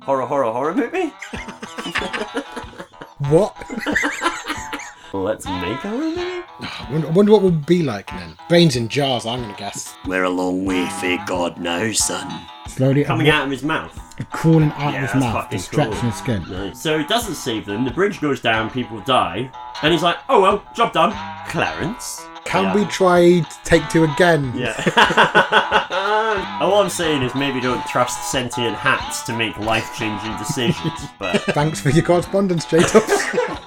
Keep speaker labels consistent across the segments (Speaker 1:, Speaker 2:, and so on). Speaker 1: horror, horror, horror movie?
Speaker 2: What?
Speaker 1: Let's make a horror movie?
Speaker 2: I wonder, I wonder what would be like then. Brains in jars, I'm going to guess.
Speaker 3: We're a long way, fae God, now, son.
Speaker 4: Slowly
Speaker 1: Coming out of his mouth.
Speaker 4: crawling out of
Speaker 1: Yeah,
Speaker 4: his
Speaker 1: that's
Speaker 4: mouth,
Speaker 1: fucking
Speaker 4: distraction
Speaker 1: cool.
Speaker 4: his skin.
Speaker 1: No. So he doesn't save them, the bridge goes down, people die, and he's like, oh well, job done. Clarence.
Speaker 2: Can
Speaker 1: Yeah.
Speaker 2: we try take two again?
Speaker 1: Yeah. All I'm saying is maybe don't trust sentient hats to make life changing decisions, but.
Speaker 2: Thanks for your correspondence, Jatos.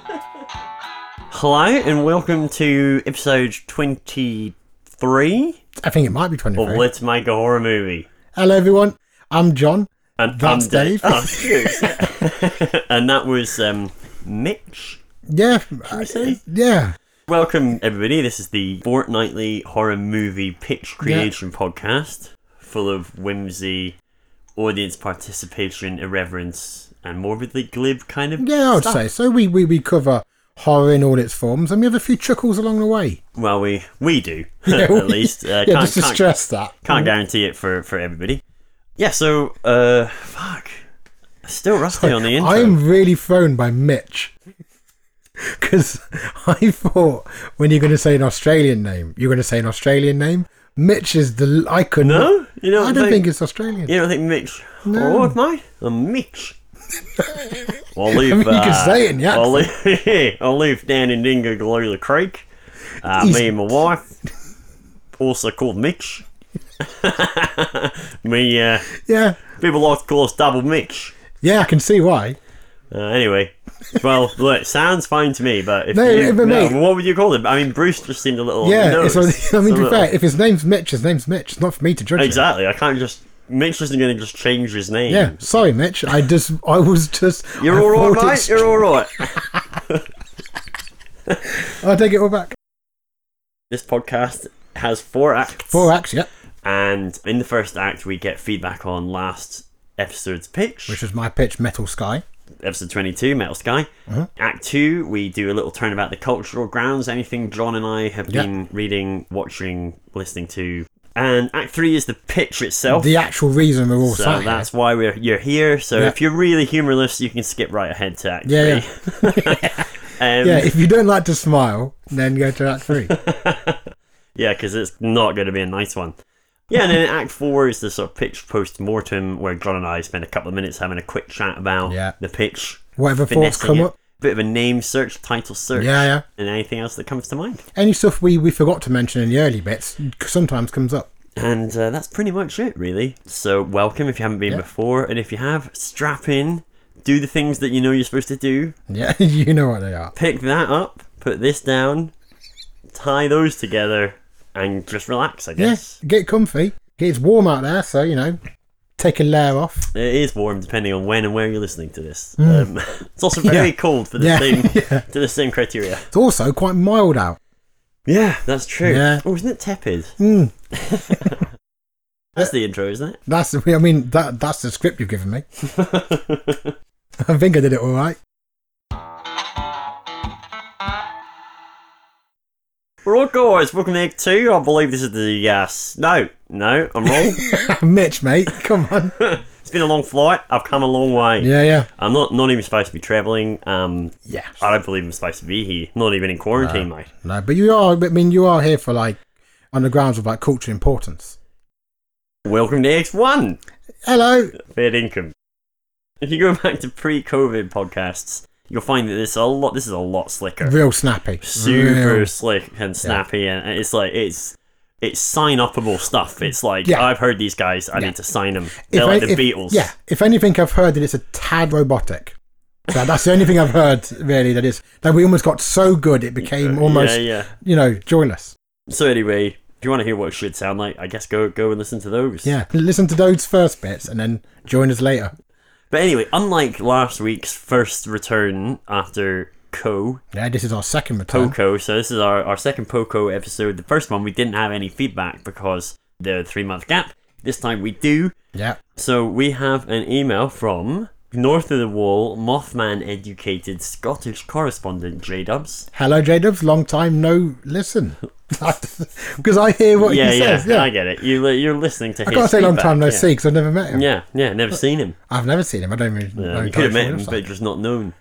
Speaker 1: Hello, and welcome to episode 23
Speaker 2: I think it might be 23.
Speaker 1: of Let's Make a Horror Movie.
Speaker 2: Hello, everyone. I'm John.
Speaker 1: And
Speaker 2: That's
Speaker 1: I'm Dave.
Speaker 2: Dave.
Speaker 1: Oh, shoot. and that was um, Mitch.
Speaker 2: Yeah. I-
Speaker 1: say?
Speaker 2: Yeah.
Speaker 1: Welcome, everybody. This is the fortnightly horror movie pitch creation podcast, full of whimsy, audience participation, irreverence, and morbidly glib kind of.
Speaker 2: Yeah, I would
Speaker 1: stuff.
Speaker 2: say. So we, we, we cover horror in all its forms and we have a few chuckles along the way.
Speaker 1: Well, we we do
Speaker 2: Yeah,
Speaker 1: at
Speaker 2: we-
Speaker 1: least. Uh,
Speaker 2: yeah,
Speaker 1: can't-
Speaker 2: just to
Speaker 1: can't-
Speaker 2: stress that.
Speaker 1: Can't guarantee it for for everybody. Yeah. So, uh, fuck. Still rusty on the intro.
Speaker 2: I'm really thrown by Mitch. Because I thought when you're going to say an Australian name, you're going to say an Australian name. Mitch is the. I could not.
Speaker 1: No, you don't
Speaker 2: I don't think, it's Australian.
Speaker 1: you don't think Mitch. No. Oh, mate, a Mitch. I'll leave.
Speaker 2: mean, you can
Speaker 1: uh,
Speaker 2: say it in the
Speaker 1: I'll leave, I'll leave down in Dingo Galula Creek. Uh, me
Speaker 2: He's-
Speaker 1: and my wife, also called Mitch. me uh,
Speaker 2: Yeah.
Speaker 1: people like to call us Double Mitch.
Speaker 2: Yeah, I can see why.
Speaker 1: Uh, anyway, well, look, sounds fine to me, but if
Speaker 2: No,
Speaker 1: you,
Speaker 2: but
Speaker 1: no,
Speaker 2: mate-
Speaker 1: what would you call him? I mean, Bruce just seemed a little. on the
Speaker 2: Yeah,
Speaker 1: nose.
Speaker 2: it's I mean, to be
Speaker 1: So,
Speaker 2: fair, if his name's Mitch, his name's Mitch. It's not for me to judge. it.
Speaker 1: Exactly, I can't just. Mitch isn't going to just change his name.
Speaker 2: Yeah, sorry, Mitch. I just, I was just.
Speaker 1: You're
Speaker 2: I
Speaker 1: all
Speaker 2: thought
Speaker 1: right, mate.
Speaker 2: it's-
Speaker 1: You're all right.
Speaker 2: I'll take it all back.
Speaker 1: this podcast has four acts.
Speaker 2: Four acts, yeah,
Speaker 1: And in the first act, we get feedback on last episode's pitch,
Speaker 2: which was my pitch, Metal Sky.
Speaker 1: episode 22, Metal Sky.
Speaker 2: Uh-huh.
Speaker 1: Act two, we do a little turn about the cultural grounds, anything John and I have
Speaker 2: Yeah.
Speaker 1: been reading, watching, listening to. And act three is the pitch itself.
Speaker 2: The actual reason we're all
Speaker 1: so
Speaker 2: sat
Speaker 1: that's why we're you're here. So
Speaker 2: Yeah.
Speaker 1: if you're really humorless, you can skip right ahead to act
Speaker 2: Yeah,
Speaker 1: three. um,
Speaker 2: here. Yeah, if you don't like to smile, then go to act three.
Speaker 1: Yeah, because it's not going to be a nice one. Yeah, and then Act 4 is the sort of pitch post mortem where John and I spend a couple of minutes having a quick chat about
Speaker 2: Yeah.
Speaker 1: the pitch.
Speaker 2: Whatever thoughts
Speaker 1: finessing
Speaker 2: come
Speaker 1: it,
Speaker 2: up.
Speaker 1: Bit of a name search, title search.
Speaker 2: Yeah, yeah.
Speaker 1: And anything else that comes to mind.
Speaker 2: Any stuff we, we forgot to mention in the early bits sometimes comes up.
Speaker 1: And uh, that's pretty much it, really. So, welcome if you haven't been
Speaker 2: Yeah.
Speaker 1: before. And if you have, strap in, do the things that you know you're supposed to do,
Speaker 2: Yeah, you know what they are.
Speaker 1: pick that up, put this down, tie those together, and just relax, I guess.
Speaker 2: Yes, get comfy. It's warm out there, so you know, take a layer off.
Speaker 1: It is warm depending on when and where you're listening to this. Um, it's also very
Speaker 2: Hmm. Yeah.
Speaker 1: cold for the
Speaker 2: Yeah,
Speaker 1: same
Speaker 2: yeah.
Speaker 1: to the same criteria.
Speaker 2: It's also quite mild out.
Speaker 1: Yeah, that's true.
Speaker 2: Yeah.
Speaker 1: Oh, isn't it tepid?
Speaker 2: Mm,
Speaker 1: That's the intro, isn't it?
Speaker 2: that's I mean that that's the script you've given me. I think I did it all right.
Speaker 1: We're all guys. Welcome to Act Two. I believe this is the yes. No, no, I'm wrong.
Speaker 2: Mitch, mate, come on.
Speaker 1: it's been a long flight. I've come a long way.
Speaker 2: Yeah, yeah,
Speaker 1: I'm not not even supposed to be traveling. Um,
Speaker 2: yeah.
Speaker 1: I don't believe I'm supposed to be here. Not even in quarantine, mate.
Speaker 2: No, but you are. I mean, you are here for like on the grounds of like cultural importance.
Speaker 1: Welcome to Act One.
Speaker 2: Hello.
Speaker 1: Fair income. If you go back to pre-COVID podcasts, you'll find that this a lot. This is a lot slicker.
Speaker 2: Real snappy.
Speaker 1: super
Speaker 2: Real-
Speaker 1: slick and snappy, and it's like it's it's sign upable stuff. It's like
Speaker 2: Yeah.
Speaker 1: I've heard these guys. I
Speaker 2: Yeah.
Speaker 1: need to sign them.
Speaker 2: If
Speaker 1: They're like
Speaker 2: I-
Speaker 1: the
Speaker 2: if-
Speaker 1: Beatles.
Speaker 2: Yeah. If anything, I've heard that it's a tad robotic. So that's the only thing I've heard really. That is that we almost got so good it became almost
Speaker 1: Yeah, yeah.
Speaker 2: you know joyless.
Speaker 1: So anyway, if you want to hear what it should sound like, I guess go go and listen to those.
Speaker 2: Yeah. Listen to those first bits and then join us later.
Speaker 1: But anyway, unlike last week's first return after Co
Speaker 2: Yeah. This is our second return.
Speaker 1: Poco, so this is our, our second Poco episode. The first one we didn't have any feedback because the three month gap. This time we do.
Speaker 2: Yeah.
Speaker 1: So we have an email from North of the Wall, Mothman educated Scottish correspondent J Dubs.
Speaker 2: Hello, J Dubs. Long time no listen. Because I hear what
Speaker 1: Yeah,
Speaker 2: he
Speaker 1: yeah,
Speaker 2: says. Yeah.
Speaker 1: I get it. You, li- you're listening to
Speaker 2: I
Speaker 1: his
Speaker 2: can't say long
Speaker 1: feedback,
Speaker 2: time no
Speaker 1: yeah.
Speaker 2: see because I've never met him.
Speaker 1: Yeah, yeah, never seen him.
Speaker 2: I've never seen him. I don't even
Speaker 1: Yeah,
Speaker 2: know.
Speaker 1: you could have met him,
Speaker 2: his
Speaker 1: but
Speaker 2: website.
Speaker 1: just not known.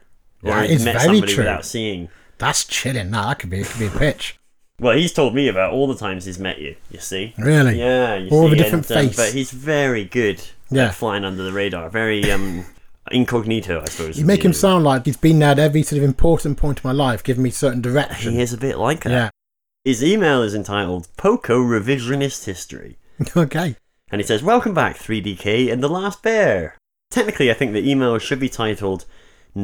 Speaker 1: Or
Speaker 2: That
Speaker 1: he'd
Speaker 2: is
Speaker 1: met
Speaker 2: very
Speaker 1: somebody
Speaker 2: true.
Speaker 1: without seeing.
Speaker 2: That's chilling. Nah, that could be. It could be a pitch.
Speaker 1: Well, he's told me about all the times he's met you. You see?
Speaker 2: Really?
Speaker 1: Yeah. You see?
Speaker 2: All of a different
Speaker 1: and, uh,
Speaker 2: face.
Speaker 1: but he's very good.
Speaker 2: Yeah.
Speaker 1: At flying under the radar. Very um, incognito, I suppose.
Speaker 2: You make him sound like he's been there at every sort of important point of my life, giving me certain direction.
Speaker 1: He is a bit like that.
Speaker 2: Yeah.
Speaker 1: His email is entitled "Poco Revisionist History,"
Speaker 2: okay.
Speaker 1: and he says, "Welcome back, 3DK and the Last Bear." Technically, I think the email should be titled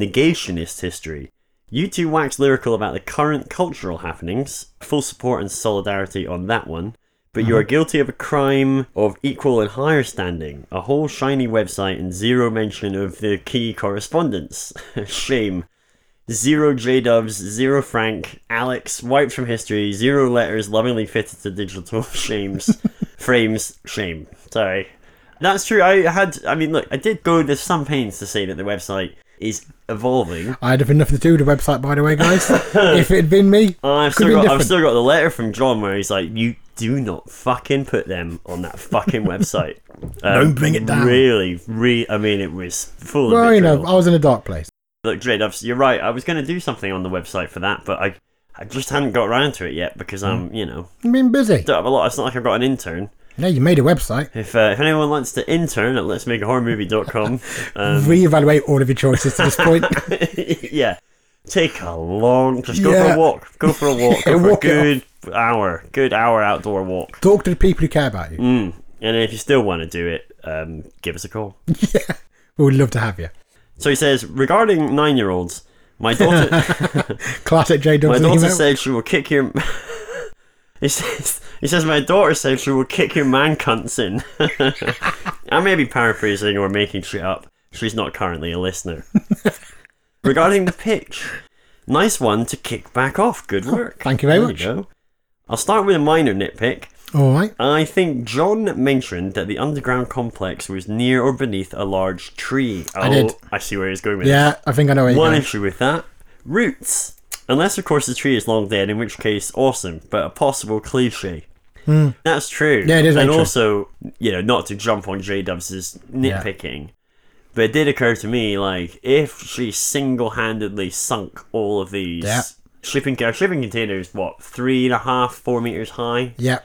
Speaker 1: "Negationist History." You two wax lyrical about the current cultural happenings. Full support and solidarity on that one. But you are guilty of a crime of equal and higher standing. A whole shiny website and zero mention of the key correspondence. Shame. Zero J Dubs, zero Frank, Alex, wiped from history, zero letters lovingly fitted to digital shames, frames, shame. Sorry. That's true. I had, I mean, look, I did go to some pains to say that the website is evolving.
Speaker 2: I'd have nothing to do with the website, by the way, guys. if it had been me,
Speaker 1: I've
Speaker 2: could
Speaker 1: still,
Speaker 2: have been
Speaker 1: got, I've
Speaker 2: different.
Speaker 1: still got the letter from John where he's like, "You do not fucking put them on that fucking website. Um,
Speaker 2: Don't bring it down."
Speaker 1: Really, re- I mean, it was full of.
Speaker 2: well, you know,
Speaker 1: vitriol.
Speaker 2: I was in a dark place.
Speaker 1: Look, Jade, I've, you're right. I was going to do something on the website for that, but I, I just hadn't got around to it yet because I'm,
Speaker 2: Mm.
Speaker 1: you know,
Speaker 2: I've been busy.
Speaker 1: don't have a lot. It's not like I've got an intern.
Speaker 2: Yeah, you made a website.
Speaker 1: If uh, if anyone wants to intern at Let's Make a Horror Movie.com, um,
Speaker 2: Reevaluate all of your choices to this point.
Speaker 1: yeah. Take a long, just go for
Speaker 2: Yeah.
Speaker 1: a walk. Go for a walk. Go
Speaker 2: Yeah,
Speaker 1: for
Speaker 2: walk
Speaker 1: a
Speaker 2: it
Speaker 1: good hour. Good hour outdoor walk.
Speaker 2: Talk to the people who care about you.
Speaker 1: Mm. And if you still want to do it, um, give us a call.
Speaker 2: Yeah, we would love to have you.
Speaker 1: So he says regarding nine-year-olds, my daughter,
Speaker 2: Classic
Speaker 1: my
Speaker 2: J Dubs
Speaker 1: daughter
Speaker 2: email.
Speaker 1: said she will kick your. he says, he says my daughter said she will kick your man cunts in. I may be paraphrasing or making shit up. She's not currently a listener. regarding the pitch, nice one to kick back off. Good work.
Speaker 2: Oh, thank you very
Speaker 1: There
Speaker 2: much.
Speaker 1: go. I'll start with a minor nitpick.
Speaker 2: All right.
Speaker 1: I think John mentioned that the underground complex was near or beneath a large tree. Oh,
Speaker 2: I did.
Speaker 1: I see where he's going with
Speaker 2: Yeah, I think I know where
Speaker 1: this.
Speaker 2: you're
Speaker 1: One
Speaker 2: going.
Speaker 1: issue with that roots. Unless, of course, the tree is long dead, in which case, awesome, but a possible cliche. That's true.
Speaker 2: Hmm. Yeah, it is very
Speaker 1: And
Speaker 2: true.
Speaker 1: also, you know, not to jump on J Dubs' nitpicking, but it did occur to me, like, if she single handedly sunk all of these
Speaker 2: Yeah.
Speaker 1: shipping, our shipping containers, what, three and a half, four meters high?
Speaker 2: Yeah,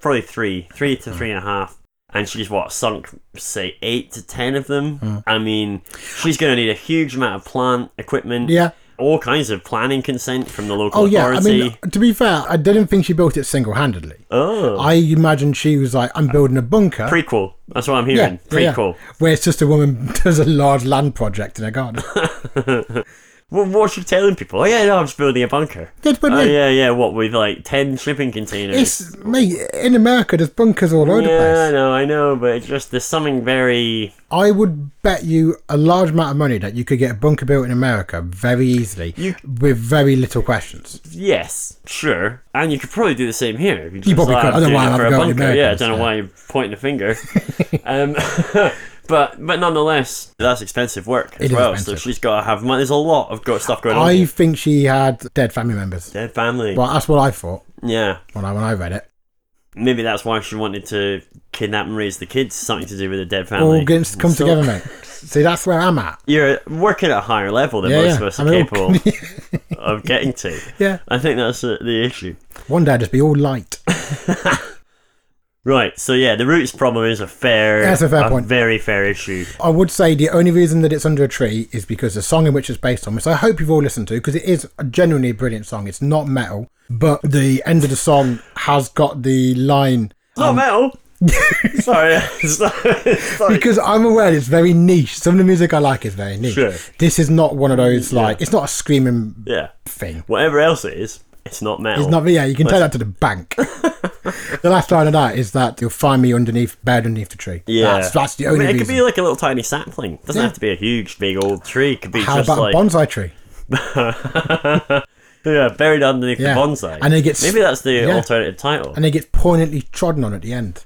Speaker 1: probably three, three
Speaker 2: Mm.
Speaker 1: to three and a half. And she's what sunk, say eight to ten of them.
Speaker 2: Mm.
Speaker 1: I mean, she's going to need a huge amount of plant equipment,
Speaker 2: yeah.
Speaker 1: all kinds of planning consent from the local
Speaker 2: Oh, yeah. I
Speaker 1: authority.
Speaker 2: mean, uh, to be fair, I didn't think she built it single handedly.
Speaker 1: oh,
Speaker 2: I imagine she was like, I'm building a bunker.
Speaker 1: prequel. That's what I'm
Speaker 2: yeah,
Speaker 1: hearing.
Speaker 2: yeah,
Speaker 1: prequel.
Speaker 2: yeah. Where it's just a woman does a large land project in her garden.
Speaker 1: Well, what's she telling people? Oh yeah, no, I'm just building a bunker.
Speaker 2: Good, but
Speaker 1: Oh
Speaker 2: no,
Speaker 1: yeah, yeah. What with like ten shipping containers?
Speaker 2: it's mate in America. There's bunkers all over the
Speaker 1: yeah, I
Speaker 2: place.
Speaker 1: know, I know, but it's just there's something very
Speaker 2: I would bet you a large amount of money that you could get a bunker built in America very easily
Speaker 1: You-
Speaker 2: with very little questions.
Speaker 1: Yes, sure. And you could probably do the same here. If you, just
Speaker 2: probably
Speaker 1: like,
Speaker 2: could. I
Speaker 1: I'm
Speaker 2: don't know
Speaker 1: doing
Speaker 2: why
Speaker 1: it
Speaker 2: I'm
Speaker 1: for a
Speaker 2: going to
Speaker 1: bunker. Yeah, I
Speaker 2: Americans,
Speaker 1: don't know
Speaker 2: yeah.
Speaker 1: why you're pointing a finger. um, but but nonetheless, that's expensive work as
Speaker 2: It is
Speaker 1: well.
Speaker 2: expensive.
Speaker 1: So she's got to have money. There's a lot of got stuff going on.
Speaker 2: I
Speaker 1: here.
Speaker 2: think she had dead family members.
Speaker 1: Dead family.
Speaker 2: Well, that's what I thought
Speaker 1: Yeah.
Speaker 2: when I when I read it.
Speaker 1: Maybe that's why she wanted to kidnap and raise the kids. Something to do with the dead family.
Speaker 2: All gets come
Speaker 1: So-
Speaker 2: together, mate. See, that's where I'm at.
Speaker 1: You're working at a higher level than
Speaker 2: Yeah,
Speaker 1: most
Speaker 2: yeah.
Speaker 1: of us
Speaker 2: I
Speaker 1: are
Speaker 2: mean, all-
Speaker 1: capable of getting to.
Speaker 2: Yeah.
Speaker 1: I think that's uh, the issue.
Speaker 2: One day I'll just be all light.
Speaker 1: Right, so yeah, the roots problem is a fair,
Speaker 2: That's a fair point.
Speaker 1: very fair issue.
Speaker 2: I would say the only reason that it's under a tree is because the song in which it's based on, which I hope you've all listened to, because it is a genuinely a brilliant song. It's not metal, but the end of the song has got the line
Speaker 1: It's not metal. sorry, sorry, sorry.
Speaker 2: because I'm aware it's very niche. Some of the music I like is very niche.
Speaker 1: Sure.
Speaker 2: This is not one of those like it's not a screaming
Speaker 1: yeah,
Speaker 2: thing.
Speaker 1: whatever else it is, it's not metal.
Speaker 2: It's not yeah, you can tell that to the bank. the last line of that is that you'll find me underneath buried underneath the tree.
Speaker 1: Yeah,
Speaker 2: That's, that's the
Speaker 1: I mean,
Speaker 2: only
Speaker 1: it could
Speaker 2: reason.
Speaker 1: be like a little tiny sapling. Doesn't
Speaker 2: Yeah.
Speaker 1: have to be a huge, big old tree. It could be
Speaker 2: How
Speaker 1: just
Speaker 2: about
Speaker 1: like
Speaker 2: a bonsai tree?
Speaker 1: yeah, buried underneath
Speaker 2: Yeah.
Speaker 1: the bonsai.
Speaker 2: And it gets-
Speaker 1: maybe that's the
Speaker 2: yeah.
Speaker 1: alternative title.
Speaker 2: And it gets poignantly trodden on at the end.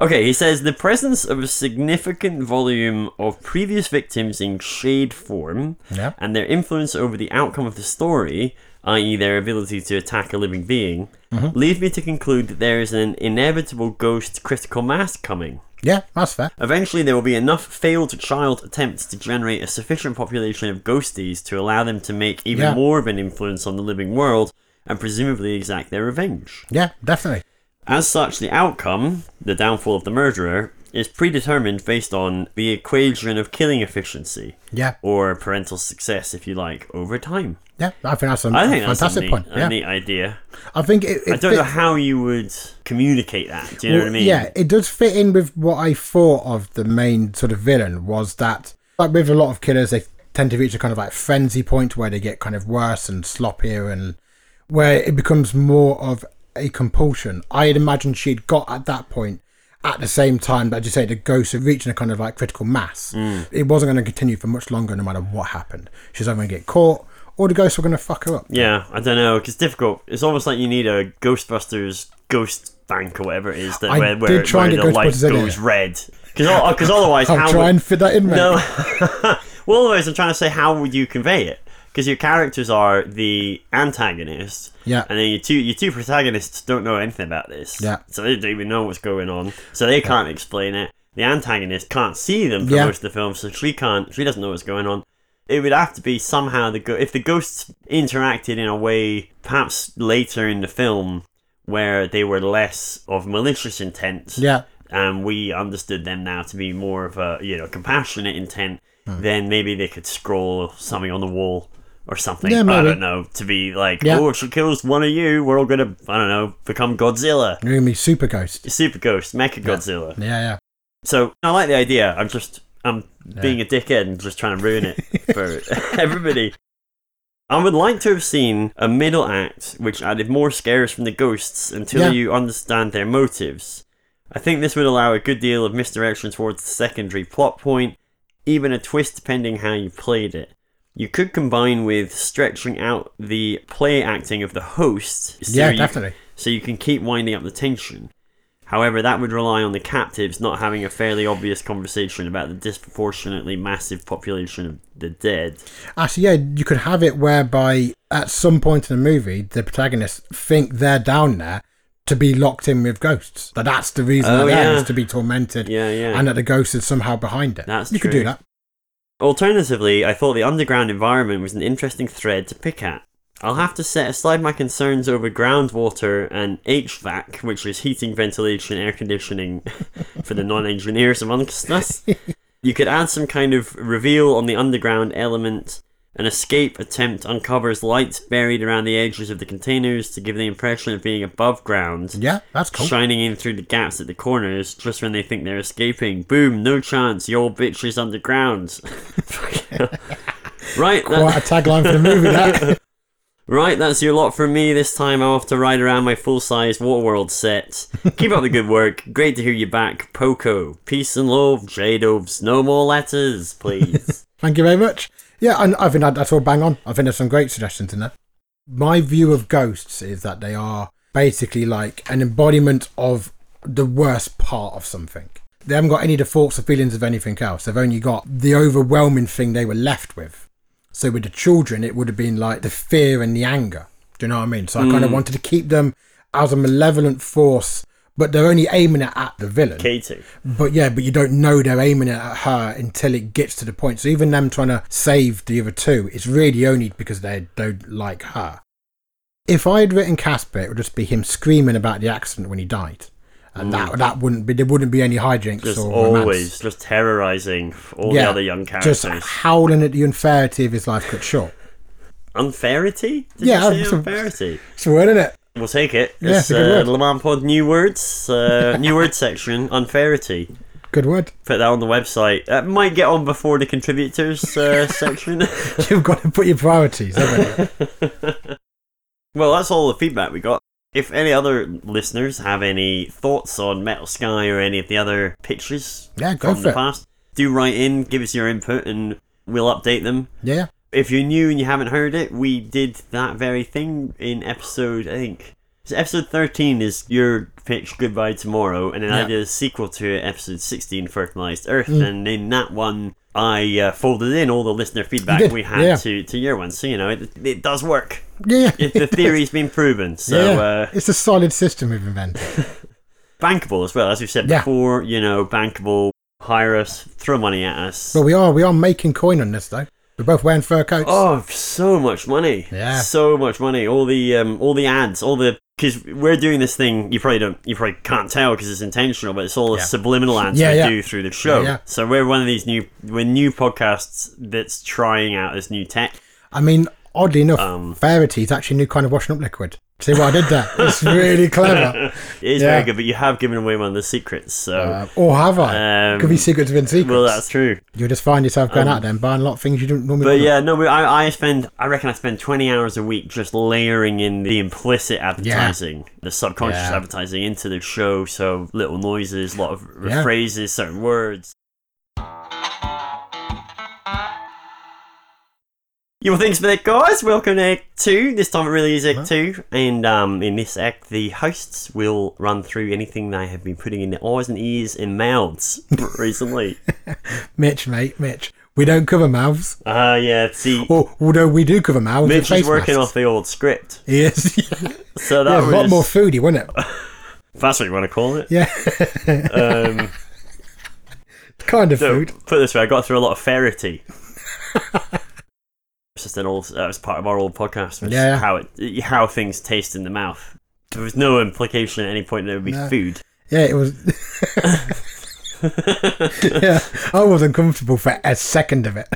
Speaker 1: Okay, he says the presence of a significant volume of previous victims in shade form
Speaker 2: Yeah.
Speaker 1: and their influence over the outcome of the story, i.e., their ability to attack a living being,
Speaker 2: Mm-hmm.
Speaker 1: lead me to conclude that there is an inevitable ghost critical mass coming.
Speaker 2: Yeah, that's fair.
Speaker 1: Eventually, there will be enough failed child attempts to generate a sufficient population of ghosties to allow them to make even
Speaker 2: Yeah.
Speaker 1: more of an influence on the living world and presumably exact their revenge.
Speaker 2: Yeah, definitely.
Speaker 1: As such, the outcome, the downfall of the murderer, is predetermined based on the equation of killing efficiency
Speaker 2: Yeah,
Speaker 1: or parental success, if you like, over time.
Speaker 2: yeah. I think that's a,
Speaker 1: I think that's a
Speaker 2: fantastic
Speaker 1: neat,
Speaker 2: point.
Speaker 1: a
Speaker 2: Yeah,
Speaker 1: neat idea.
Speaker 2: I think it. it
Speaker 1: I don't
Speaker 2: fit-
Speaker 1: know how you would communicate that. Do you know
Speaker 2: Well,
Speaker 1: what I mean?
Speaker 2: Yeah, it does fit in with what I thought of the main sort of villain was that, like with a lot of killers, they tend to reach a kind of like frenzy point where they get kind of worse and sloppier and where it becomes more of a compulsion. I had imagined she'd got at that point at the same time that, as you say, the ghosts are reaching a kind of like critical mass.
Speaker 1: Mm.
Speaker 2: It wasn't going to continue for much longer no matter what happened. She's either going to get caught or the ghosts were going to fuck her up.
Speaker 1: Yeah, I don't know. 'cause It's difficult. It's almost like you need a Ghostbusters ghost bank or whatever it is that
Speaker 2: I
Speaker 1: where,
Speaker 2: did
Speaker 1: where,
Speaker 2: try
Speaker 1: where
Speaker 2: and
Speaker 1: the
Speaker 2: get
Speaker 1: light
Speaker 2: Ghostbusters in
Speaker 1: goes
Speaker 2: it.
Speaker 1: red. Because otherwise,
Speaker 2: I'll
Speaker 1: how
Speaker 2: try
Speaker 1: would,
Speaker 2: and fit that in, mate.
Speaker 1: No. well, otherwise, I'm trying to say, how would you convey it? Because your characters are the antagonists,
Speaker 2: Yeah.
Speaker 1: and then your two your two protagonists don't know anything about this,
Speaker 2: Yeah.
Speaker 1: So they don't even know what's going on, so they can't explain it. The antagonist can't see them for
Speaker 2: Yeah.
Speaker 1: most of the film, so she can't. She doesn't know what's going on. It would have to be somehow the go- if the ghosts interacted in a way, perhaps later in the film, where they were less of malicious intent,
Speaker 2: Yeah.
Speaker 1: and we understood them now to be more of a you know compassionate intent,
Speaker 2: Hmm.
Speaker 1: then maybe they could scroll something on the wall or something.
Speaker 2: Yeah,
Speaker 1: I
Speaker 2: maybe.
Speaker 1: don't know to be like,
Speaker 2: Yeah.
Speaker 1: oh, if she kills one of you, we're all gonna I don't know become Godzilla,
Speaker 2: You're going to be super ghost.
Speaker 1: Super Ghost, Mecha Godzilla.
Speaker 2: Yeah, yeah.
Speaker 1: So I like the idea. I'm just I'm being a dickhead and just trying to ruin it for everybody. I would like to have seen a middle act which added more scares from the ghosts until
Speaker 2: Yeah.
Speaker 1: you understand their motives. I think this would allow a good deal of misdirection towards the secondary plot point, even a twist depending how you played it. You could combine with stretching out the play acting of the host. so
Speaker 2: yeah,
Speaker 1: you-
Speaker 2: definitely.
Speaker 1: so you can keep winding up the tension. However, that would rely on the captives not having a fairly obvious conversation about the disproportionately massive population of the dead.
Speaker 2: Actually, yeah, you could have it whereby at some point in the movie, the protagonists think they're down there to be locked in with ghosts. That that's the reason
Speaker 1: Oh,
Speaker 2: they're there,
Speaker 1: yeah.
Speaker 2: is to be tormented,
Speaker 1: Yeah, yeah.
Speaker 2: and that the ghost is somehow behind it.
Speaker 1: That's
Speaker 2: you could
Speaker 1: true.
Speaker 2: do that.
Speaker 1: Alternatively, I thought the underground environment was an interesting thread to pick at. I'll have to set aside my concerns over groundwater and HVAC, which is heating, ventilation, air conditioning for the non engineers amongst us. You could add some kind of reveal on the underground element. An escape attempt uncovers lights buried around the edges of the containers to give the impression of being above ground
Speaker 2: Yeah, that's cool.
Speaker 1: shining in through the gaps at the corners just when they think they're escaping. Boom, no chance, your bitch is underground. right,
Speaker 2: Quite
Speaker 1: that,
Speaker 2: a tagline for the movie. That
Speaker 1: right, that's your lot from me this time. I'll have to ride around my full size Waterworld set. Keep up the good work. Great to hear you back, Poco. Peace and love, J Doves. No more letters, please.
Speaker 2: Thank you very much. Yeah, and I think that, that's all bang on. I think there's some great suggestions in there. My view of ghosts is that they are basically like an embodiment of the worst part of something. They haven't got any of the thoughts or feelings of anything else. They've only got the overwhelming thing they were left with. So with the children, it would have been like the fear and the anger. Do you know what I mean? So I kind of wanted to keep them as a malevolent force, but they're only aiming it at the villain.
Speaker 1: K2.
Speaker 2: But yeah, but you don't know they're aiming it at her until it gets to the point. So even them trying to save the other two, it's really only because they don't like her. If I had written Casper, it would just be him screaming about the accident when he died, and that that wouldn't be there wouldn't be any hijinks
Speaker 1: Mm. Just
Speaker 2: or
Speaker 1: always,
Speaker 2: romance.
Speaker 1: just terrorizing all the other young characters.
Speaker 2: just howling at the unfairity of his life cut short.
Speaker 1: Unfairity? Did
Speaker 2: Yeah,
Speaker 1: you
Speaker 2: it's
Speaker 1: say
Speaker 2: a-
Speaker 1: unfairity?
Speaker 2: It's a word, isn't it?
Speaker 1: We'll take it.
Speaker 2: Yeah,
Speaker 1: It's
Speaker 2: it's a good
Speaker 1: uh,
Speaker 2: word.
Speaker 1: the Le Mans Pod new words, uh, new word section, unfairity.
Speaker 2: Good word.
Speaker 1: Put that on the website. That might get on before the contributors uh, section.
Speaker 2: You've got to put your priorities. Haven't you?
Speaker 1: well, that's all the feedback we got. If any other listeners have any thoughts on Metal Sky or any of the other pictures
Speaker 2: Yeah, go
Speaker 1: from
Speaker 2: for
Speaker 1: the
Speaker 2: it.
Speaker 1: past, do write in, give us your input, and we'll update them.
Speaker 2: Yeah,
Speaker 1: If you're new and you haven't heard it, we did that very thing in episode, I think, So episode 13 is your pitch, Goodbye Tomorrow, and then I
Speaker 2: Yeah. Mm.
Speaker 1: did a sequel to it, episode 16, Fertilized Earth, and in that one, I uh, folded in all the listener feedback
Speaker 2: did,
Speaker 1: we had
Speaker 2: yeah.
Speaker 1: to, to your one. So, you know, it, it does work.
Speaker 2: Yeah, yeah.
Speaker 1: If the theory's been proven. So,
Speaker 2: yeah.
Speaker 1: uh,
Speaker 2: it's a solid system we've invented.
Speaker 1: bankable as well, as we've said
Speaker 2: Yeah.
Speaker 1: before, you know, bankable, hire us, throw money at us.
Speaker 2: But we are we are making coin on this though. We're both wearing fur coats.
Speaker 1: Oh, so much money!
Speaker 2: Yeah.
Speaker 1: so much money. All the um, all the ads, all the because we're doing this thing. You probably don't, you probably can't tell because it's intentional, but it's all the
Speaker 2: Yeah.
Speaker 1: subliminal ads
Speaker 2: Yeah,
Speaker 1: we
Speaker 2: yeah.
Speaker 1: do through the show.
Speaker 2: Yeah, yeah.
Speaker 1: So we're one of these new, we're new podcasts that's trying out this new tech.
Speaker 2: I mean, oddly enough,
Speaker 1: Um.
Speaker 2: Verity is actually a new kind of washing up liquid. See what I did there? It's really clever.
Speaker 1: It is
Speaker 2: Yeah.
Speaker 1: very good, but you have given away one of the secrets. So
Speaker 2: Uh, or have I?
Speaker 1: Um,
Speaker 2: Could be secrets within secrets.
Speaker 1: well, that's true.
Speaker 2: You'll just find yourself going out there and buying a lot of things you don't normally
Speaker 1: But
Speaker 2: want.
Speaker 1: yeah, no, we, I, I spend, I reckon I spend 20 hours a week just layering in the implicit advertising, the subconscious
Speaker 2: Yeah.
Speaker 1: advertising into the show. So little noises, a lot of r-
Speaker 2: Yeah.
Speaker 1: phrases, certain words. You will think that guys, welcome to Act 2. This time it really is Act 2. And um, in this act, the hosts will run through anything they have been putting in their eyes and ears and mouths recently.
Speaker 2: Mitch, mate, Mitch. We don't cover mouths.
Speaker 1: Ah, yeah, see,
Speaker 2: Or, although we do cover mouths. with
Speaker 1: Mitch is
Speaker 2: face
Speaker 1: working
Speaker 2: masks.
Speaker 1: off the old script.
Speaker 2: Yes. yeah,
Speaker 1: So that
Speaker 2: a
Speaker 1: was
Speaker 2: lot more foodie, wouldn't it?
Speaker 1: if that's what you want to call it.
Speaker 2: Yeah.
Speaker 1: Um,
Speaker 2: kind of
Speaker 1: so,
Speaker 2: food.
Speaker 1: put it this way, I got through a lot of ferrety. it's just an old. That was part of our old podcast. Was
Speaker 2: Yeah.
Speaker 1: How it, how things taste in the mouth. There was no implication at any point that it would be
Speaker 2: No.
Speaker 1: food.
Speaker 2: Yeah, it was. yeah, I was uncomfortable for a second of it.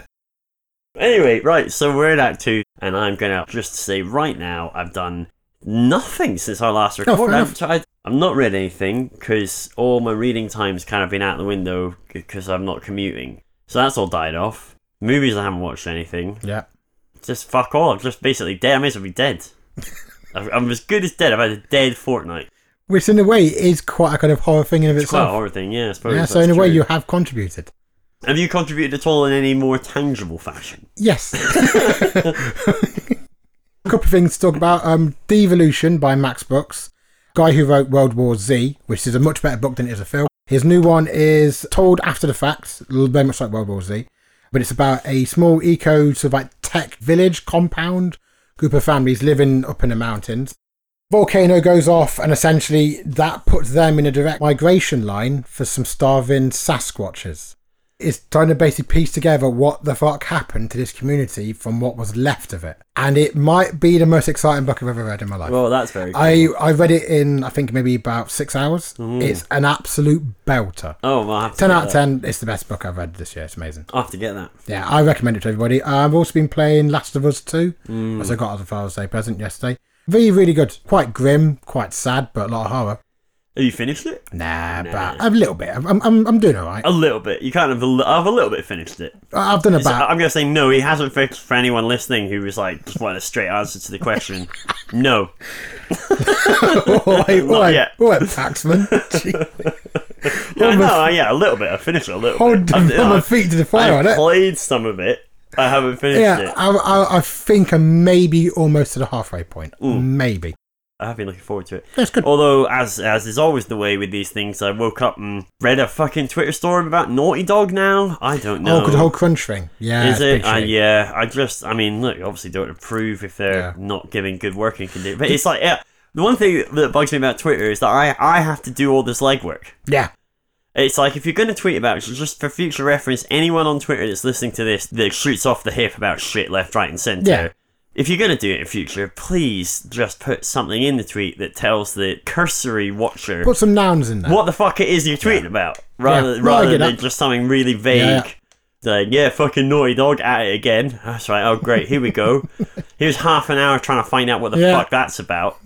Speaker 1: Anyway, right. So we're in Act Two, and I'm gonna just say right now, I've done nothing since our last
Speaker 2: Oh, fair
Speaker 1: record. I've
Speaker 2: enough.
Speaker 1: tried. I've not read anything because all my reading time's kind of been out the window because I'm not commuting. So that's all died off. Movies, I haven't watched anything.
Speaker 2: Yeah.
Speaker 1: Just fuck all. I'm just basically dead. I may as well be dead. I'm I'm as good as dead. I've had a dead fortnight.
Speaker 2: Which, in a way, is quite a kind of horror thing in of
Speaker 1: It's quite a
Speaker 2: itself.
Speaker 1: horror thing, yeah. I suppose
Speaker 2: Yeah, so,
Speaker 1: that's
Speaker 2: in a way,
Speaker 1: true.
Speaker 2: you have contributed.
Speaker 1: have you contributed at all in any more tangible fashion?
Speaker 2: Yes. a couple of things to talk about. Um, Devolution by Max Brooks, guy who wrote World War Z, which is a much better book than it is a film. His new one is told after the fact, very much like World War Z, but it's about a small eco sort of like tech village compound group of families living up in the mountains. Volcano goes off, and essentially that puts them in a direct migration line for some starving Sasquatches is trying to basically piece together what the fuck happened to this community from what was left of it. And it might be the most exciting book I've ever read in my life.
Speaker 1: Well, that's very. Cool.
Speaker 2: I, I read it in, I think, maybe about six hours. It's an absolute belter.
Speaker 1: oh, well, I have to
Speaker 2: 10
Speaker 1: get
Speaker 2: out of
Speaker 1: that.
Speaker 2: 10. It's the best book I've read this year. It's amazing.
Speaker 1: I have to get that.
Speaker 2: Yeah, I recommend it to everybody. Uh, I've also been playing Last of Us 2,
Speaker 1: Mm.
Speaker 2: as I got as a Father's Day present yesterday. Really, really good. Quite grim, quite sad, but a lot of horror.
Speaker 1: Have you finished it?
Speaker 2: Nah, but a little bit. I'm, I'm, I'm doing all right.
Speaker 1: A little bit. You kind of. a li- I've a little bit finished Uh, it.
Speaker 2: I've done
Speaker 1: So
Speaker 2: about.
Speaker 1: I'm gonna say no. He hasn't finished. For anyone listening who was like, just wanted a straight answer to the question, no.
Speaker 2: All right, all right,
Speaker 1: yet.
Speaker 2: all right, Paxman.
Speaker 1: Yeah, no, I- yeah, a little bit. I finished it a little
Speaker 2: Hold
Speaker 1: bit.
Speaker 2: on
Speaker 1: I've- no,
Speaker 2: my
Speaker 1: I've-
Speaker 2: feet to the fire on
Speaker 1: I've
Speaker 2: it.
Speaker 1: played some of it. I haven't finished
Speaker 2: Yeah,
Speaker 1: it.
Speaker 2: I, I, I think I'm maybe almost at the halfway point. Maybe.
Speaker 1: I have been looking forward to it.
Speaker 2: That's good.
Speaker 1: Although, as as is always the way with these things, I woke up and read a fucking Twitter story about Naughty Dog. Now I don't know.
Speaker 2: Oh, good whole crunch thing. Yeah.
Speaker 1: Is
Speaker 2: it's
Speaker 1: it?
Speaker 2: big
Speaker 1: Uh,
Speaker 2: shit.
Speaker 1: yeah. I just, I mean, look, obviously don't approve if they're
Speaker 2: Yeah.
Speaker 1: not giving good working conditions. But it's like, yeah, the one thing that bugs me about Twitter is that I, I have to do all this legwork.
Speaker 2: Yeah.
Speaker 1: It's like if you're going to tweet about it, just for future reference, anyone on Twitter that's listening to this that shoots off the hip about shit left, right, and centre.
Speaker 2: Yeah.
Speaker 1: If you're going to do it in future, please just put something in the tweet that tells the cursory watcher
Speaker 2: Put some nouns in there.
Speaker 1: what the fuck it is you're tweeting about, rather
Speaker 2: Yeah. No, I
Speaker 1: rather
Speaker 2: get
Speaker 1: than
Speaker 2: that.
Speaker 1: just something really vague.
Speaker 2: Yeah,
Speaker 1: Like, yeah, fucking naughty dog at it again. That's right. Oh, great. Here we go. Here's half an hour trying to find out what the
Speaker 2: Yeah.
Speaker 1: fuck that's about.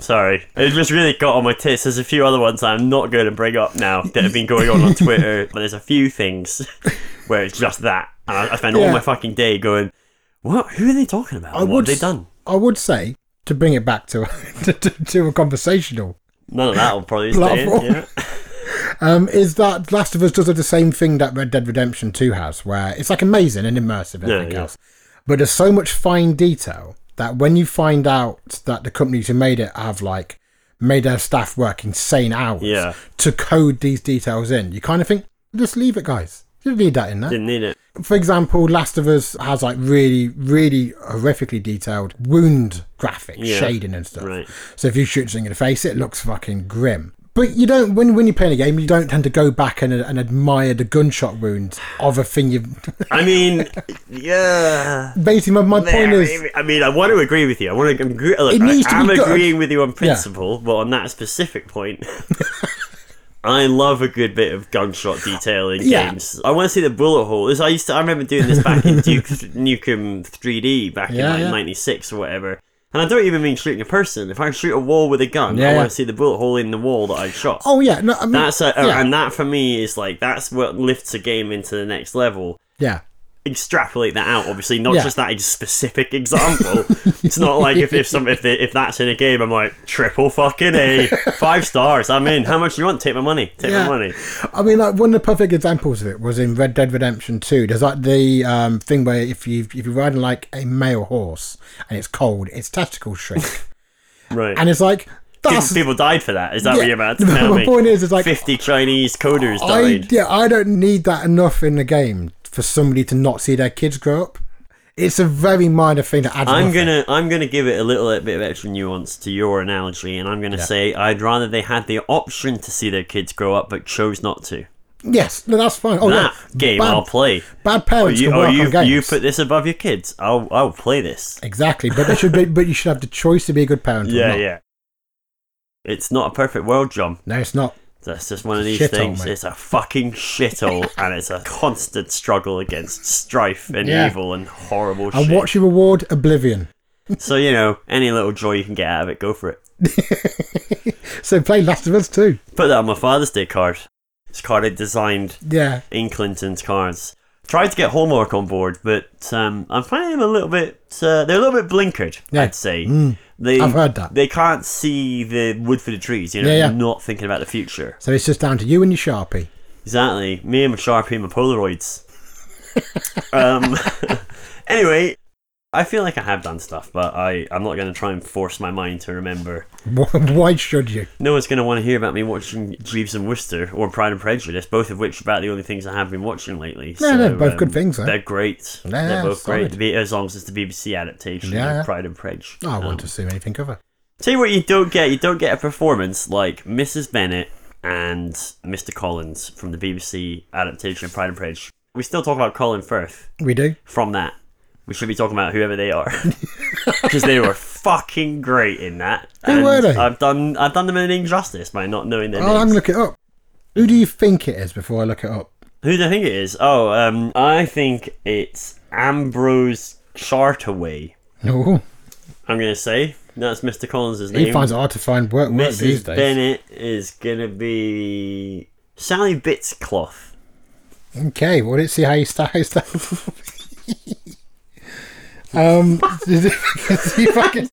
Speaker 1: Sorry, it just really got on my tits. There's a few other ones I'm not going to bring up now that have been going on on Twitter, but there's a few things where it's just that, and I, I spend all
Speaker 2: Yeah.
Speaker 1: my fucking day going, "What? Who are they talking about?
Speaker 2: I
Speaker 1: what
Speaker 2: would
Speaker 1: have they
Speaker 2: s-
Speaker 1: done?"
Speaker 2: I would say to bring it back to to, to, to a conversational
Speaker 1: None of that will probably stay in.
Speaker 2: Platform.
Speaker 1: Yeah.
Speaker 2: um, is that Last of Us does have the same thing that Red Dead Redemption 2 has, where it's like amazing and immersive and
Speaker 1: Yeah,
Speaker 2: everything
Speaker 1: yeah.
Speaker 2: else. But there's so much fine detail that when you find out that the companies who made it have like made their staff work insane hours
Speaker 1: Yeah.
Speaker 2: to code these details in, you kind of think, just leave it, guys. You don't need that in there.
Speaker 1: Didn't need it.
Speaker 2: For example, Last of Us has like really, really horrifically detailed wound graphics,
Speaker 1: Yeah.
Speaker 2: shading and stuff.
Speaker 1: Right.
Speaker 2: So if you shoot something in the face, it looks fucking grim. But you don't when when you're playing a game, you don't tend to go back and, and admire the gunshot wounds of a thing you.
Speaker 1: I mean, yeah.
Speaker 2: Basically, my, my point is,
Speaker 1: There, I mean, I want to agree with you. I want to. I'm, gr- look,
Speaker 2: It needs to
Speaker 1: I, am
Speaker 2: be good.
Speaker 1: agreeing with you on principle, but on that specific point, I love a good bit of gunshot detail in
Speaker 2: Yeah.
Speaker 1: games. I want to see the bullet hole. This I used to. I remember doing this back in Duke Nukem 3D back
Speaker 2: Yeah,
Speaker 1: in
Speaker 2: yeah.
Speaker 1: like '96 or whatever. And I don't even mean shooting a person. If I shoot a wall with a gun,
Speaker 2: Yeah,
Speaker 1: I
Speaker 2: yeah.
Speaker 1: want to see the bullet hole in the wall that I shot.
Speaker 2: oh yeah, no, I mean,
Speaker 1: That's a,
Speaker 2: yeah,
Speaker 1: and that for me is like that's what lifts a game into the next level
Speaker 2: yeah,
Speaker 1: extrapolate that out. Obviously, not
Speaker 2: Yeah.
Speaker 1: just that ex- specific example. it's not like if if some if, the, if that's in a game, I'm like triple fucking a five stars. I'm in. How much do you want? Take my money. Take
Speaker 2: Yeah.
Speaker 1: my money.
Speaker 2: I mean, like one of the perfect examples of it was in Red Dead Redemption Two. There's like the um, thing where if you if you're riding like a male horse and it's cold, its testicles shrink,
Speaker 1: Right.
Speaker 2: and it's like
Speaker 1: Pe-
Speaker 2: that's
Speaker 1: people died for that. Is that
Speaker 2: Yeah.
Speaker 1: what you're about to tell
Speaker 2: My
Speaker 1: me?
Speaker 2: point is, it's like-
Speaker 1: fifty Chinese coders
Speaker 2: I
Speaker 1: died.
Speaker 2: yeah, I don't need that enough in the game for somebody to not see their kids grow up. It's a very minor thing that adds.
Speaker 1: I'm
Speaker 2: nothing.
Speaker 1: gonna I'm gonna give it a little bit of extra nuance to your analogy, and I'm gonna say I'd rather they had the option to see their kids grow up but chose not to.
Speaker 2: Yes, no, that's fine. Oh,
Speaker 1: That
Speaker 2: yeah.
Speaker 1: game
Speaker 2: bad,
Speaker 1: I'll play.
Speaker 2: Bad parents
Speaker 1: You,
Speaker 2: can
Speaker 1: oh,
Speaker 2: work on
Speaker 1: you
Speaker 2: games.
Speaker 1: you put this above your kids. I'll I'll play this.
Speaker 2: exactly, but they should be. But you should have the choice to be a good parent. or
Speaker 1: Yeah,
Speaker 2: not.
Speaker 1: yeah. It's not a perfect world, John.
Speaker 2: No, it's not.
Speaker 1: That's just one of these
Speaker 2: Shithole,
Speaker 1: things.
Speaker 2: mate.
Speaker 1: It's a fucking shithole, and it's a constant struggle against strife and
Speaker 2: Yeah.
Speaker 1: evil and horrible
Speaker 2: And
Speaker 1: Oh, shit.
Speaker 2: what's your reward? Oblivion.
Speaker 1: so you know, any little joy you can get out of it, go for it.
Speaker 2: So play Last of Us too.
Speaker 1: Put that on my Father's Day card. It's a card I designed
Speaker 2: Yeah,
Speaker 1: in Clinton's cards. Tried to get Hallmark on board, but um, I'm finding them a little bit. Uh, they're a little bit blinkered,
Speaker 2: Yeah. Mm.
Speaker 1: I'd say. They,
Speaker 2: I've heard that.
Speaker 1: They can't see the wood for the trees, you know,
Speaker 2: Yeah, yeah.
Speaker 1: not thinking about the future.
Speaker 2: so it's just down to you and your sharpie.
Speaker 1: Exactly. Me and my Sharpie and my Polaroids. um, anyway, I feel like I have done stuff, but I, I'm not going to try and force my mind to remember.
Speaker 2: Why why should you?
Speaker 1: No one's going to want to hear about me watching Jeeves and Worcester or Pride and Prejudice, both of which are about the only things I have been watching lately.
Speaker 2: No,
Speaker 1: so, um,
Speaker 2: they're both good things, though.
Speaker 1: They're great.
Speaker 2: Yeah,
Speaker 1: they're both
Speaker 2: solid.
Speaker 1: great, The- as long as it's the BBC adaptation
Speaker 2: Yeah, Oh, yeah.
Speaker 1: of Pride and Prejudice.
Speaker 2: I will not assume anything of it.
Speaker 1: Tell you what, you don't get you don't get a performance like Mrs. Bennett and Mr. Collins from the BBC adaptation of Pride and Prejudice. We still talk about Colin Firth
Speaker 2: We do.
Speaker 1: from that. We should be talking about whoever they are because they were fucking great in that.
Speaker 2: Who were they?
Speaker 1: I've done I've done them an injustice by not knowing their
Speaker 2: Oh,
Speaker 1: names.
Speaker 2: I'm gonna look it up. Who do you think it is before I look it up?
Speaker 1: Who do I think it is? Oh, um, I think it's Ambrose Chartaway.
Speaker 2: Oh,
Speaker 1: I'm gonna say that's Mr. Collins' name.
Speaker 2: he finds it hard to find work, work these
Speaker 1: Mrs.
Speaker 2: days.
Speaker 1: Bennett is gonna be Sally Bitscloth.
Speaker 2: Okay, well, let's see how you start. How you start. um, see if I can.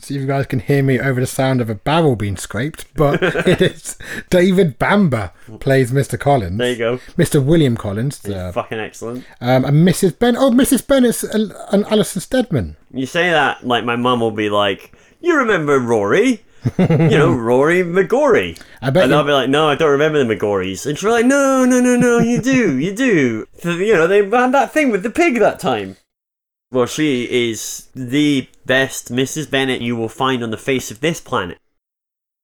Speaker 2: See if you guys can hear me over the sound of a barrel being scraped, but it is David Bamber plays Mr. Collins.
Speaker 1: There you go.
Speaker 2: Mr. William Collins, uh,
Speaker 1: Fucking excellent.
Speaker 2: um, and Mrs. Ben. Oh, Mrs. Bennett's Al- an Alison Steadman.
Speaker 1: You say that like my mum will be like, "You remember Rory? you know Rory McGorry."
Speaker 2: I bet
Speaker 1: and
Speaker 2: you-
Speaker 1: I'll be like, "No, I don't remember the McGorries." And she'll be like, "No, no, no, no, you do, you do. So, you know they had that thing with the pig that time." Well, she is the best Mrs. Bennett you will find on the face of this planet.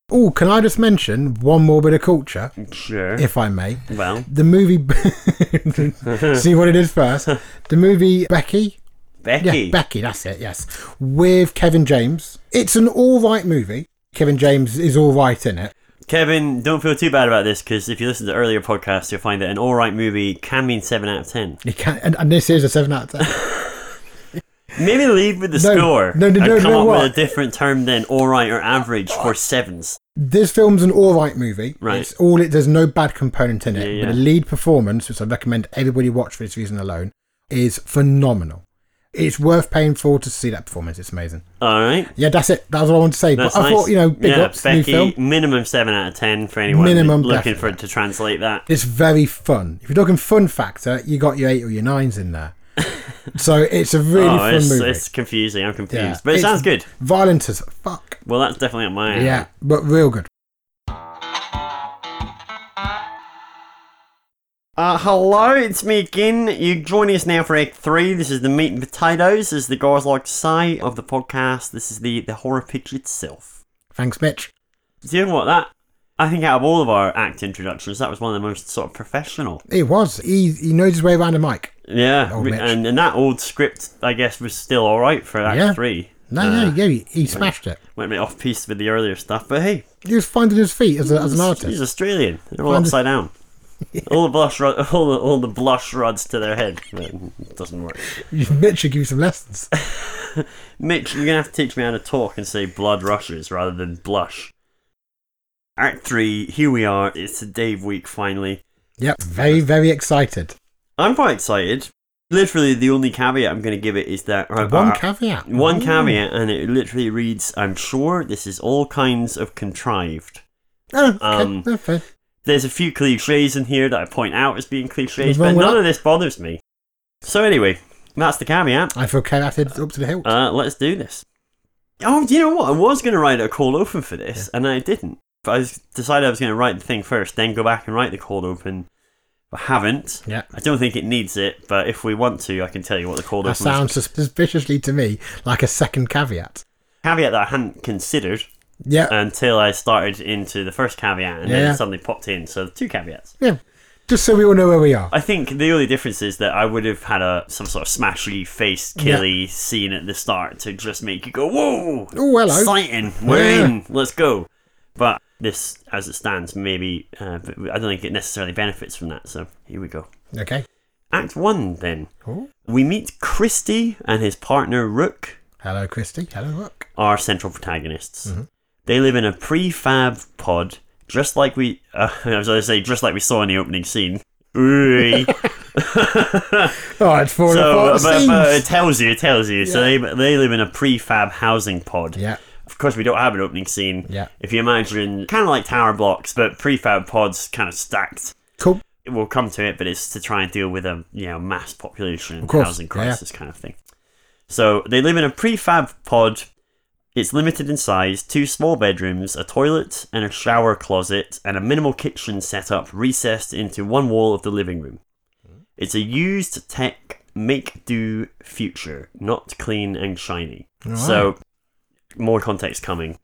Speaker 2: Oh, can I just mention one more bit of culture,
Speaker 1: Sure.
Speaker 2: if I may?
Speaker 1: well,
Speaker 2: The movie. see what it is first. The movie Becky
Speaker 1: Becky.
Speaker 2: Yeah, Becky, that's it, yes. With Kevin James. It's an all right movie. Kevin James is all right in it.
Speaker 1: Kevin, don't feel too bad about this because if you listen to earlier podcasts, you'll find that an all right movie can mean seven out of ten.
Speaker 2: He can, and, and this is a 7 out of 10.
Speaker 1: Maybe lead with the
Speaker 2: No,
Speaker 1: score
Speaker 2: no, no,
Speaker 1: and
Speaker 2: no,
Speaker 1: come
Speaker 2: no,
Speaker 1: up
Speaker 2: what?
Speaker 1: with a different term than all right or average for sevens.
Speaker 2: this film's an all right movie.
Speaker 1: Right.
Speaker 2: It's all it, There's no bad component in it.
Speaker 1: Yeah,
Speaker 2: But the
Speaker 1: yeah.
Speaker 2: lead performance, which I recommend everybody watch for this reason alone, is phenomenal. It's worth paying for to see that performance. It's amazing.
Speaker 1: All right,
Speaker 2: Yeah, that's it. That's all I wanted to say.
Speaker 1: that's
Speaker 2: but I
Speaker 1: nice.
Speaker 2: thought, you know, big
Speaker 1: yeah,
Speaker 2: ups, new
Speaker 1: Becky,
Speaker 2: film.
Speaker 1: minimum seven out of ten for anyone
Speaker 2: Minimum,
Speaker 1: looking for to
Speaker 2: definitely.
Speaker 1: translate that.
Speaker 2: It's very fun. If you're talking fun factor, you got your eight or your nines in there. So it's a really
Speaker 1: oh,
Speaker 2: fun
Speaker 1: it's,
Speaker 2: movie.
Speaker 1: it's confusing. I'm confused,
Speaker 2: Yeah.
Speaker 1: but it
Speaker 2: It's-
Speaker 1: sounds good.
Speaker 2: Violent as fuck.
Speaker 1: Well, that's definitely up my alley.
Speaker 2: Yeah, but real good.
Speaker 1: Uh, hello, it's me again. You join us now for Act 3. This is the meat and potatoes, as the guys like to say, of the podcast. This is the, the horror picture itself.
Speaker 2: Thanks, Mitch.
Speaker 1: Do you know what? That, I think out of all of our act introductions, that was one of the most sort of professional.
Speaker 2: He was. He he knows his way around a mic.
Speaker 1: Yeah,
Speaker 2: Oh,
Speaker 1: re-
Speaker 2: Mitch.
Speaker 1: and, and that old script, I guess, was still alright for Act
Speaker 2: Yeah.
Speaker 1: 3.
Speaker 2: No,
Speaker 1: Uh,
Speaker 2: no, yeah, he, he smashed it.
Speaker 1: Went a bit off piece with the earlier stuff, but hey,
Speaker 2: He was finding his feet as, a, as an
Speaker 1: he's
Speaker 2: artist.
Speaker 1: Australian. They're all
Speaker 2: Find it-
Speaker 1: upside down. All the blush, rod, all the, all the blush rods to their head. But it doesn't work.
Speaker 2: Mitch should give you some lessons.
Speaker 1: Mitch, you're gonna have to teach me how to talk and say blood rushes rather than blush. Act three, here we are. It's a Dave week finally.
Speaker 2: Yep, very, very excited.
Speaker 1: I'm quite excited. Literally, the only caveat I'm gonna give it is that uh,
Speaker 2: One
Speaker 1: uh,
Speaker 2: caveat.
Speaker 1: one
Speaker 2: Ooh.
Speaker 1: caveat, and it literally reads, "I'm sure this is all kinds of contrived."
Speaker 2: Oh, okay.
Speaker 1: Um,
Speaker 2: no, fair.
Speaker 1: There's a few cliches in here that I point out as being cliches,
Speaker 2: What's
Speaker 1: but
Speaker 2: wrong with
Speaker 1: none
Speaker 2: that?
Speaker 1: of this bothers me. So anyway, that's the caveat.
Speaker 2: I feel caveated up to the hilt.
Speaker 1: Uh, let's do this. Oh, do you know what? I was going to write a call open for this, and I didn't. But I was- decided I was going to write the thing first, then go back and write the call open. I haven't.
Speaker 2: Yeah.
Speaker 1: I don't think it needs it, but if we want to, I can tell you what the call
Speaker 2: that
Speaker 1: open
Speaker 2: sounds
Speaker 1: was.
Speaker 2: suspiciously to me like a second caveat.
Speaker 1: Caveat that I hadn't considered
Speaker 2: Yeah,
Speaker 1: until I started into the first caveat, and then
Speaker 2: Yeah.
Speaker 1: it suddenly popped in. So two caveats.
Speaker 2: yeah. Just so we all know where we are.
Speaker 1: I think the only difference is that I would have had a some sort of smashy face killy scene at the start to just make you go, Whoa
Speaker 2: Oh, hello.
Speaker 1: Exciting. We're
Speaker 2: Yeah.
Speaker 1: in, let's go. But this as it stands, maybe uh, but I don't think it necessarily benefits from that, so here we go.
Speaker 2: Okay.
Speaker 1: Act one then.
Speaker 2: Cool.
Speaker 1: We meet Christy and his partner Rook,
Speaker 2: Hello, Christy. Hello, Rook.
Speaker 1: our central protagonists.
Speaker 2: Mm-hmm.
Speaker 1: They live in a prefab pod, just like we. Uh, I was going to say, just like we saw in the opening scene. Ooh.
Speaker 2: Oh, it's falling
Speaker 1: So, uh,
Speaker 2: apart.
Speaker 1: but,
Speaker 2: Seams.
Speaker 1: but it tells you, it tells you. So they they live in a prefab housing pod.
Speaker 2: yeah,
Speaker 1: Of course, we don't have an opening scene.
Speaker 2: Yeah.
Speaker 1: If you imagine, kind of like tower blocks, but prefab pods kind of stacked.
Speaker 2: cool.
Speaker 1: We'll come to it, but it's to try and deal with a you know mass population and
Speaker 2: course,
Speaker 1: housing
Speaker 2: yeah, yeah.
Speaker 1: crisis kind of thing. So they live in a prefab pod. It's limited in size, two small bedrooms, a toilet and a shower closet, and a minimal kitchen setup recessed into one wall of the living room. It's a used tech make do future, not clean and shiny.
Speaker 2: Alright.
Speaker 1: So, more context coming.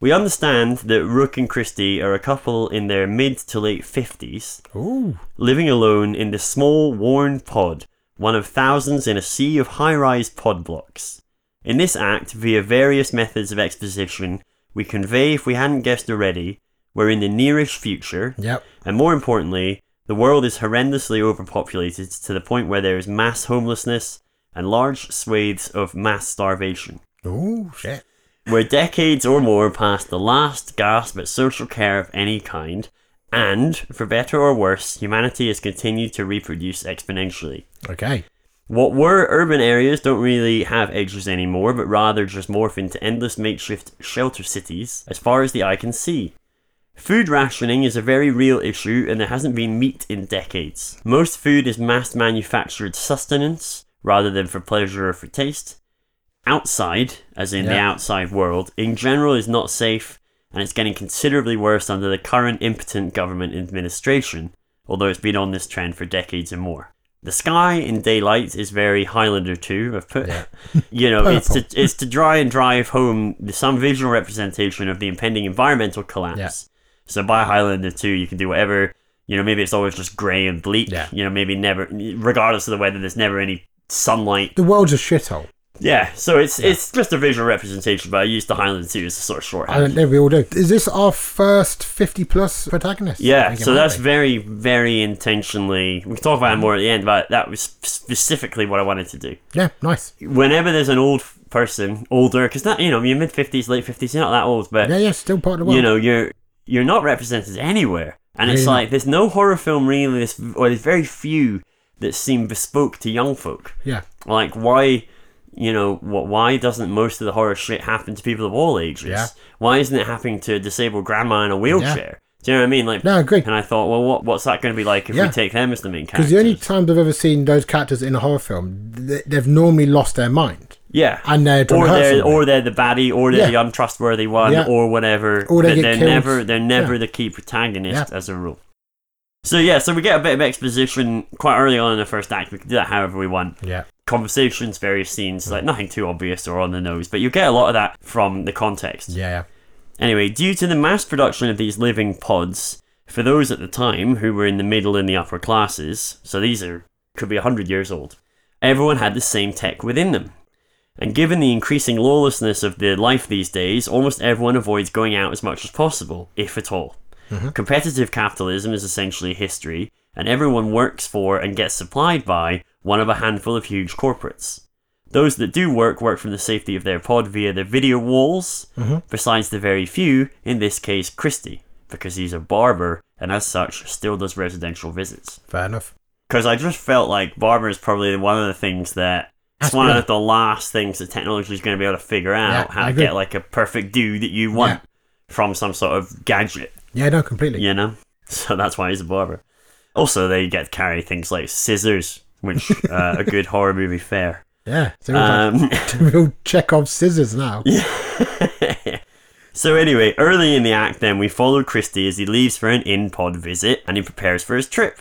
Speaker 1: We understand that Rook and Christie are a couple in their mid to late 50s,
Speaker 2: Ooh,
Speaker 1: living alone in this small, worn pod, one of thousands in a sea of high rise pod blocks. In this act, via various methods of exposition, we convey, if we hadn't guessed already, we're in the nearish future,
Speaker 2: yep.
Speaker 1: and more importantly, the world is horrendously overpopulated to the point where there is mass homelessness and large swathes of mass starvation.
Speaker 2: Ooh, shit.
Speaker 1: We're decades or more past the last gasp at social care of any kind, and, for better or worse, humanity has continued to reproduce exponentially.
Speaker 2: Okay.
Speaker 1: What were urban areas don't really have edges anymore, but rather just morph into endless makeshift shelter cities, as far as the eye can see. Food rationing is a very real issue, and there hasn't been meat in decades. Most food is mass manufactured sustenance, rather than for pleasure or for taste. Outside, as in the
Speaker 2: Yeah.
Speaker 1: outside world, in general is not safe, and it's getting considerably worse under the current impotent government administration, although it's been on this trend for decades and more. The sky in daylight is very Highlander too. I've put, you know, it's to it's to try and drive home some visual representation of the impending environmental collapse.
Speaker 2: Yeah.
Speaker 1: So by Highlander two, you can do whatever. You know, maybe it's always just grey and bleak.
Speaker 2: Yeah.
Speaker 1: You know, maybe never, regardless of the weather, there's never any sunlight.
Speaker 2: The world's a shithole.
Speaker 1: Yeah. So it's it's just a visual representation, but I used the Highlander two as a sort of
Speaker 2: I
Speaker 1: shorthand.
Speaker 2: don't know. We all do. Is this our first fifty-plus protagonist? I
Speaker 1: Yeah,
Speaker 2: think it
Speaker 1: so
Speaker 2: might
Speaker 1: that's
Speaker 2: be.
Speaker 1: very, very intentionally. We can talk about it more at the end, but that was specifically what I wanted to do.
Speaker 2: yeah, nice.
Speaker 1: Whenever there's an old f- person, older, because that you know you're mid fifties, late fifties, you're not that old, but
Speaker 2: Yeah, yeah, still part of the world.
Speaker 1: you know you're you're not represented anywhere, and it's
Speaker 2: Really not.
Speaker 1: like there's no horror film really, this, or there's very few that seem bespoke to young folk.
Speaker 2: yeah,
Speaker 1: Like why, you know, what? Why doesn't most of the horror shit happen to people of all ages?
Speaker 2: Yeah.
Speaker 1: Why isn't it happening to a disabled grandma in a wheelchair? Do you know what I mean? Like,
Speaker 2: No, I agree.
Speaker 1: and I thought, well, what, what's that going to be like if
Speaker 2: Yeah.
Speaker 1: we take them as the main characters?
Speaker 2: Because the only times I've ever seen those characters in a horror film, th- they've normally lost their mind.
Speaker 1: yeah,
Speaker 2: and they're trying
Speaker 1: or
Speaker 2: to hurt
Speaker 1: they're
Speaker 2: someone.
Speaker 1: or they're the baddie, or they're
Speaker 2: Yeah.
Speaker 1: the untrustworthy one,
Speaker 2: Yeah.
Speaker 1: or whatever.
Speaker 2: Or they
Speaker 1: but
Speaker 2: get
Speaker 1: they're
Speaker 2: killed.
Speaker 1: never they're never
Speaker 2: Yeah.
Speaker 1: the key protagonist
Speaker 2: Yeah.
Speaker 1: as a rule. So yeah, so we get a bit of exposition quite early on in the first act. We can do that however we want.
Speaker 2: Yeah.
Speaker 1: Conversations, various scenes, like nothing too obvious or on the nose, but you get a lot of that from the context.
Speaker 2: Yeah.
Speaker 1: Anyway, due to the mass production of these living pods, for those at the time who were in the middle and the upper classes, so these are could be 100 years old, everyone had the same tech within them. And given the increasing lawlessness of their life these days, almost everyone avoids going out as much as possible, if at all. Competitive capitalism is essentially history, and everyone works for and gets supplied by one of a handful of huge corporates. Those that do work work from the safety of their pod via their video walls,
Speaker 2: Mm-hmm.
Speaker 1: besides the very few, in this case Christie, because he's a barber and as such still does residential visits.
Speaker 2: Fair enough.
Speaker 1: Because I just felt like barber is probably one of the things that
Speaker 2: Has
Speaker 1: it's
Speaker 2: to
Speaker 1: one
Speaker 2: be
Speaker 1: of
Speaker 2: done.
Speaker 1: the last things that technology is going to be able to figure out
Speaker 2: Yeah,
Speaker 1: how
Speaker 2: I
Speaker 1: to
Speaker 2: agree.
Speaker 1: get like a perfect dude that you want from some sort of gadget,
Speaker 2: Yeah, no, completely.
Speaker 1: you know? So that's why he's a barber. Also, they get to carry things like scissors, which uh, a good horror movie fair.
Speaker 2: Yeah. So we'll
Speaker 1: Um,
Speaker 2: real Chekhov scissors now.
Speaker 1: So anyway, early in the act then we follow Christie as he leaves for an in-pod visit and he prepares for his trip.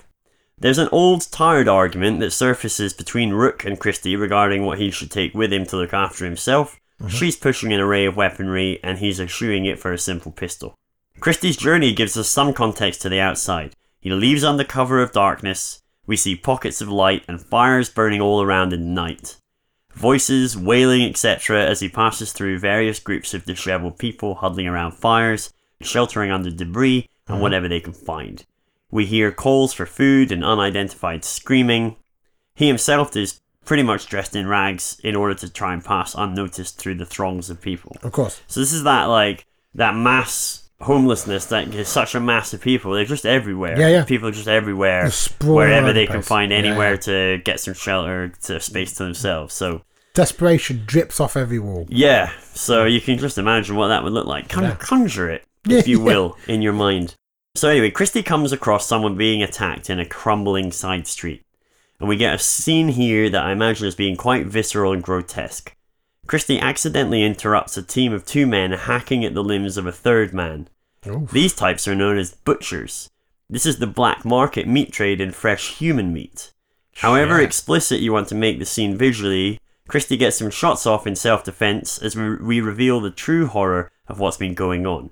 Speaker 1: There's an old tired argument that surfaces between Rook and Christie regarding what he should take with him to look after himself. She's pushing an array of weaponry and he's eschewing it for a simple pistol. Christie's journey gives us some context to the outside. He leaves under cover of darkness. We see pockets of light and fires burning all around in the night voices, wailing, etc., as he passes through various groups of disheveled people huddling around fires, sheltering under debris, and whatever they can find. We hear calls for food and unidentified screaming. He himself is pretty much dressed in rags in order to try and pass unnoticed through the throngs of people.
Speaker 2: Of course.
Speaker 1: So this is that like that mass homelessness that is such a mass of people. They're just everywhere.
Speaker 2: Yeah, yeah.
Speaker 1: People are just everywhere,
Speaker 2: They're sprawled
Speaker 1: wherever
Speaker 2: around
Speaker 1: they
Speaker 2: the
Speaker 1: can
Speaker 2: place.
Speaker 1: find
Speaker 2: Yeah,
Speaker 1: anywhere to get some shelter, to space to themselves. So
Speaker 2: Desperation drips off every wall.
Speaker 1: yeah, so you can just imagine what that would look like. Con-
Speaker 2: Yeah.
Speaker 1: Conjure it,
Speaker 2: Yeah,
Speaker 1: if you
Speaker 2: yeah.
Speaker 1: will, in your mind. So anyway, Christie comes across someone being attacked in a crumbling side street, and we get a scene here that I imagine as being quite visceral and grotesque. Christie accidentally interrupts a team of two men hacking at the limbs of a third man.
Speaker 2: Oof.
Speaker 1: These types are known as butchers. This is the black market meat trade in fresh human meat. However
Speaker 2: Yeah.
Speaker 1: explicit you want to make the scene visually, Christie gets some shots off in self defense as we we reveal the true horror of what's been going on.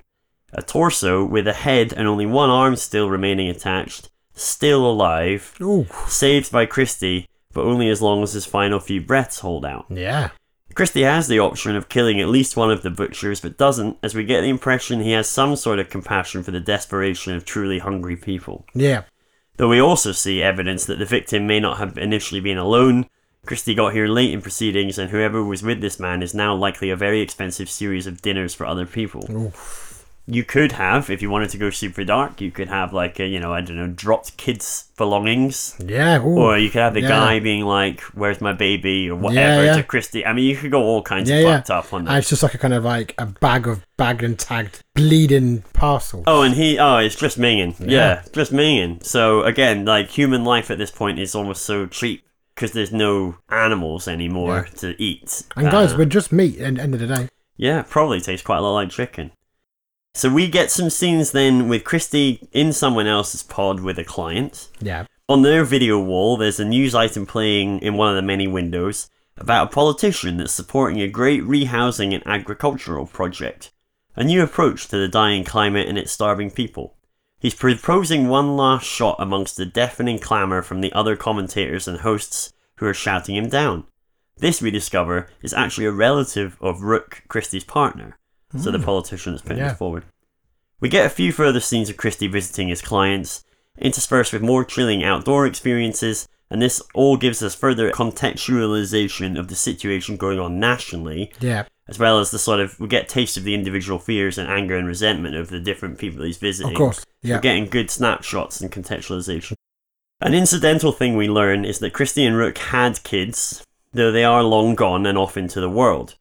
Speaker 1: A torso with a head and only one arm still remaining attached, still alive,
Speaker 2: Ooh.
Speaker 1: saved by Christie, but only as long as his final few breaths hold out.
Speaker 2: Yeah.
Speaker 1: Christie has the option of killing at least one of the butchers, but doesn't, as we get the impression he has some sort of compassion for the desperation of truly hungry people.
Speaker 2: Yeah.
Speaker 1: Though we also see evidence that the victim may not have initially been alone. Christie got here late in proceedings, and whoever was with this man is now likely a very expensive series of dinners for other people. You could have, if you wanted to go super dark, you could have like a, you know, I don't know, dropped kids' belongings
Speaker 2: Yeah. Ooh.
Speaker 1: or you could have the
Speaker 2: Yeah.
Speaker 1: guy being like, "Where's my baby?" or whatever
Speaker 2: yeah.
Speaker 1: to Christie. I mean, you could go all kinds
Speaker 2: Yeah,
Speaker 1: of
Speaker 2: yeah.
Speaker 1: fucked up on
Speaker 2: And
Speaker 1: that.
Speaker 2: it's just like a kind of like a bag of bagged and tagged bleeding parcel.
Speaker 1: Oh, and he, oh, it's just minging. Yeah.
Speaker 2: Yeah.
Speaker 1: just minging. So again, like human life at this point is almost so cheap because there's no animals anymore to eat.
Speaker 2: and guys,
Speaker 1: Uh,
Speaker 2: we're just meat at the end of the day.
Speaker 1: Yeah, probably tastes quite a lot like chicken. So we get some scenes then with Christie in someone else's pod with a client.
Speaker 2: Yeah.
Speaker 1: On their video wall, there's a news item playing in one of the many windows about a politician that's supporting a great rehousing and agricultural project, a new approach to the dying climate and its starving people. He's proposing one last shot amongst the deafening clamour from the other commentators and hosts who are shouting him down. This, we discover, is actually a relative of Rook, Christie's partner, so the politician that's putting
Speaker 2: Yeah.
Speaker 1: this forward. We get a few further scenes of Christie visiting his clients, interspersed with more chilling outdoor experiences, and this all gives us further contextualization of the situation going on nationally,
Speaker 2: Yeah.
Speaker 1: as well as the sort of we get taste of the individual fears and anger and resentment of the different people he's visiting.
Speaker 2: Of course.
Speaker 1: We're
Speaker 2: Yeah.
Speaker 1: getting good snapshots and contextualization. An incidental thing we learn is that Christie and Rook had kids, though they are long gone and off into the world.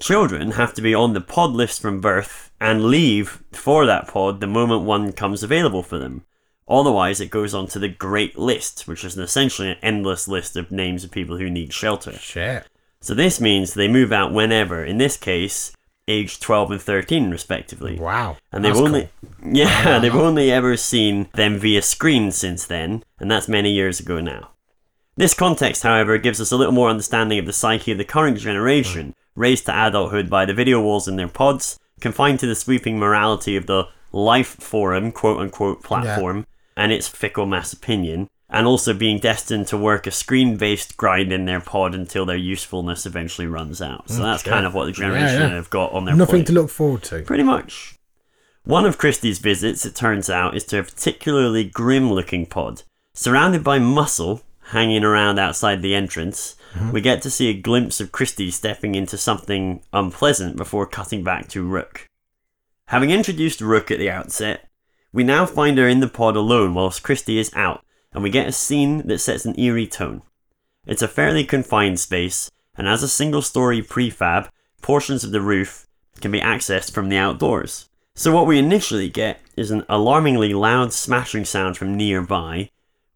Speaker 1: Children have to be on the pod list from birth and leave for that pod the moment one comes available for them. Otherwise, it goes on to the Great List, which is essentially an endless list of names of people who need shelter.
Speaker 2: Shit.
Speaker 1: So this means they move out whenever, in this case, aged 12 and 13, respectively.
Speaker 2: Wow.
Speaker 1: And they've
Speaker 2: That's
Speaker 1: only, yeah, they've only ever seen them via screen since then, and that's many years ago now. This context, however, gives us a little more understanding of the psyche of the current generation, raised to adulthood by the video walls in their pods, confined to the sweeping morality of the life forum, quote unquote, platform, and its fickle mass opinion, and also being destined to work a screen based grind in their pod until their usefulness eventually runs out. So that's
Speaker 2: Okay.
Speaker 1: kind of what the
Speaker 2: Mm, Yeah,
Speaker 1: generation
Speaker 2: yeah.
Speaker 1: have got on their
Speaker 2: cool. Nothing
Speaker 1: plate.
Speaker 2: to look forward to.
Speaker 1: Pretty much. One of Christie's visits, it turns out, is to a particularly grim looking pod. Surrounded by muscle hanging around outside the entrance, we get to see a glimpse of Christie stepping into something unpleasant before cutting back to Rook. Having introduced Rook at the outset, we now find her in the pod alone whilst Christie is out, and we get a scene that sets an eerie tone. It's a fairly confined space, and as a single story prefab, portions of the roof can be accessed from the outdoors. So, what we initially get is an alarmingly loud smashing sound from nearby,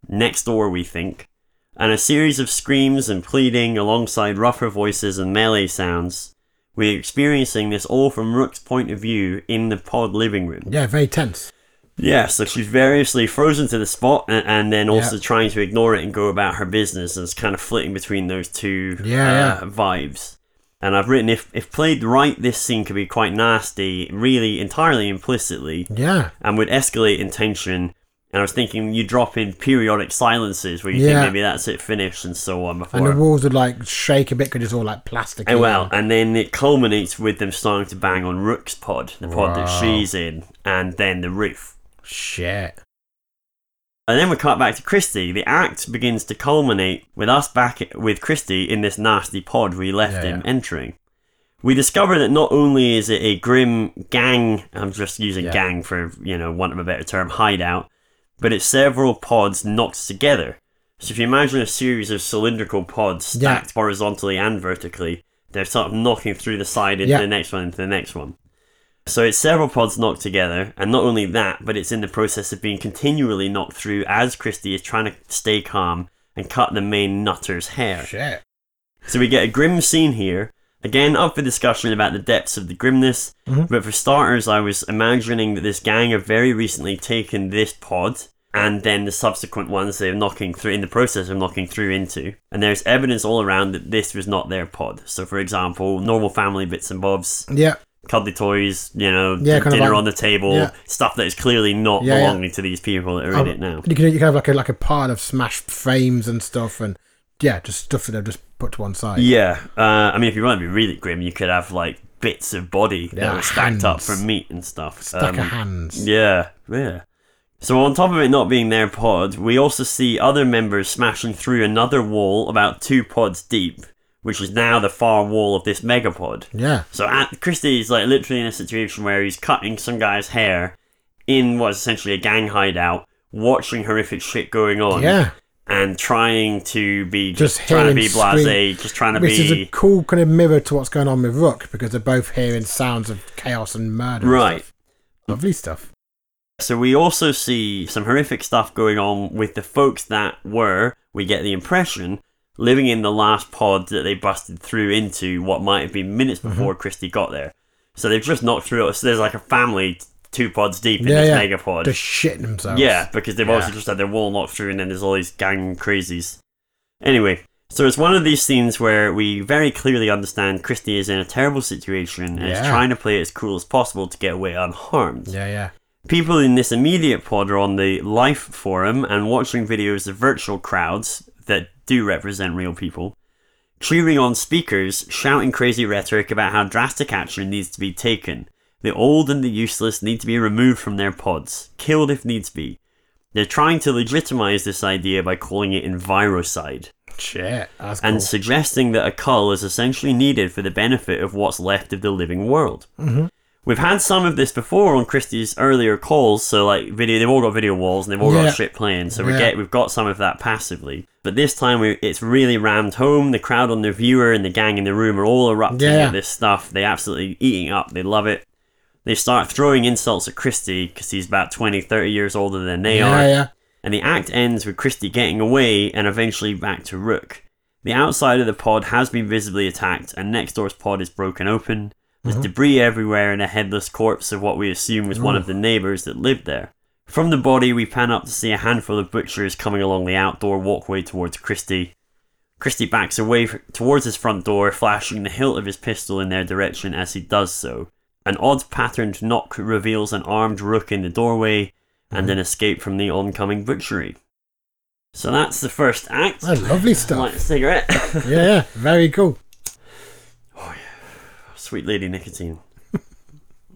Speaker 1: next door, we think, and a series of screams and pleading alongside rougher voices and melee sounds. We're experiencing this all from Rook's point of view in the pod living room.
Speaker 2: Yeah, very tense.
Speaker 1: Yeah, so she's variously frozen to the spot and, and then also
Speaker 2: Yeah.
Speaker 1: trying to ignore it and go about her business and it's kind of flitting between those two
Speaker 2: Yeah,
Speaker 1: uh, vibes. And I've written if, if played right, this scene could be quite nasty, really entirely implicitly,
Speaker 2: Yeah.
Speaker 1: and would escalate in tension. And I was thinking you drop in periodic silences where you
Speaker 2: Yeah.
Speaker 1: think maybe that's it, finished, and so on before.
Speaker 2: And the walls would like shake a bit because it's all like plastic.
Speaker 1: And Oh, well, and then it culminates with them starting to bang on Rook's pod, the pod that
Speaker 2: Wow.
Speaker 1: she's in, and then the roof.
Speaker 2: Shit.
Speaker 1: And then we cut back to Christie. The act begins to culminate with us back with Christie in this nasty pod we left
Speaker 2: Yeah,
Speaker 1: him
Speaker 2: yeah.
Speaker 1: entering. We discover that not only is it a grim gang, I'm just using
Speaker 2: Yeah.
Speaker 1: gang for, you know, want of a better term, hideout, but it's several pods knocked together. So if you imagine a series of cylindrical pods
Speaker 2: Yeah.
Speaker 1: stacked horizontally and vertically, they're sort of knocking through the side into
Speaker 2: Yeah.
Speaker 1: the next one, into the next one. So it's several pods knocked together, and not only that, but it's in the process of being continually knocked through as Christie is trying to stay calm and cut the main nutter's hair.
Speaker 2: Shit.
Speaker 1: So we get a grim scene here. Again, up for discussion about the depths of the grimness, but for starters, I was imagining that this gang have very recently taken this pod and then the subsequent ones they're knocking through in the process of knocking through into. And there's evidence all around that this was not their pod. So, for example, normal family bits and bobs,
Speaker 2: Yeah.
Speaker 1: cuddly toys, you know,
Speaker 2: Yeah, kind of
Speaker 1: dinner
Speaker 2: like-
Speaker 1: on the table,
Speaker 2: yeah.
Speaker 1: stuff that is clearly not
Speaker 2: Yeah, Um, yeah.
Speaker 1: belonging to these people that are in it now.
Speaker 2: You can, you can have like a like a pile of smashed frames and stuff, and yeah, just stuff that they've just put to one side.
Speaker 1: Yeah, uh, I mean, if you want to be really grim, you could have like bits of body that
Speaker 2: Yeah,
Speaker 1: were stacked up
Speaker 2: hands.
Speaker 1: from meat and stuff.
Speaker 2: Stack
Speaker 1: Um,
Speaker 2: of hands.
Speaker 1: Yeah, yeah. So on top of it not being their pod, we also see other members smashing through another wall about two pods deep, which is now the far wall of this megapod.
Speaker 2: Yeah.
Speaker 1: So at, Christie is like literally in a situation where he's cutting some guy's hair in what's essentially a gang hideout, watching horrific shit going on,
Speaker 2: Yeah.
Speaker 1: and trying to be
Speaker 2: Just
Speaker 1: trying to
Speaker 2: hearing
Speaker 1: be
Speaker 2: scream-
Speaker 1: blasé, just trying to
Speaker 2: Which is
Speaker 1: be
Speaker 2: a cool kind of mirror to what's going on with Rook because they're both hearing sounds of chaos and murder. and
Speaker 1: right.
Speaker 2: stuff. Lovely stuff.
Speaker 1: So we also see some horrific stuff going on with the folks that were, we get the impression, living in the last pod that they busted through into what might have been minutes
Speaker 2: Mm-hmm.
Speaker 1: before Christie got there. So they've just knocked through it. So there's like a family two pods deep in
Speaker 2: yeah,
Speaker 1: this
Speaker 2: yeah.
Speaker 1: mega pod.
Speaker 2: Just shitting themselves.
Speaker 1: Yeah, because they've
Speaker 2: Yeah.
Speaker 1: obviously just had their wall knocked through, and then there's all these gang crazies. Anyway, so it's one of these scenes where we very clearly understand Christie is in a terrible situation and is
Speaker 2: Yeah.
Speaker 1: trying to play it as cool as possible to get away unharmed.
Speaker 2: Yeah, yeah.
Speaker 1: People in this immediate pod are on the Life forum and watching videos of virtual crowds that do represent real people, cheering on speakers, shouting crazy rhetoric about how drastic action needs to be taken. The old and the useless need to be removed from their pods, killed if needs be. They're trying to legitimize this idea by calling it envirocide
Speaker 2: Shit. That's
Speaker 1: and
Speaker 2: cool. Mm-hmm.
Speaker 1: suggesting that a cull is essentially needed for the benefit of what's left of the living world. We've had some of this before on Christie's earlier calls, so like video, they've all got video walls and they've all
Speaker 2: Yeah.
Speaker 1: got shit playing. So we
Speaker 2: Yeah.
Speaker 1: get we've got some of that passively, but this time we, it's really rammed home. The crowd on the viewer and the gang in the room are all erupting
Speaker 2: Yeah.
Speaker 1: at this stuff. They absolutely eating up. They love it. They start throwing insults at Christie because he's about 20, 30 years older than they are.
Speaker 2: yeah, yeah.
Speaker 1: And the act ends with Christie getting away and eventually back to Rook. The outside of the pod has been visibly attacked, and next door's pod is broken open. There's debris everywhere and a headless corpse of what we assume was one of the neighbours that lived there. From the body, we pan up to see a handful of butchers coming along the outdoor walkway towards Christie. Christie backs away f- towards his front door, flashing the hilt of his pistol in their direction as he does so. An odd patterned knock reveals an armed rook in the doorway and an escape from the oncoming butchery. So that's the first act.
Speaker 2: Oh, lovely
Speaker 1: Light a
Speaker 2: stuff.
Speaker 1: cigarette.
Speaker 2: yeah, yeah, very cool.
Speaker 1: Sweet lady nicotine.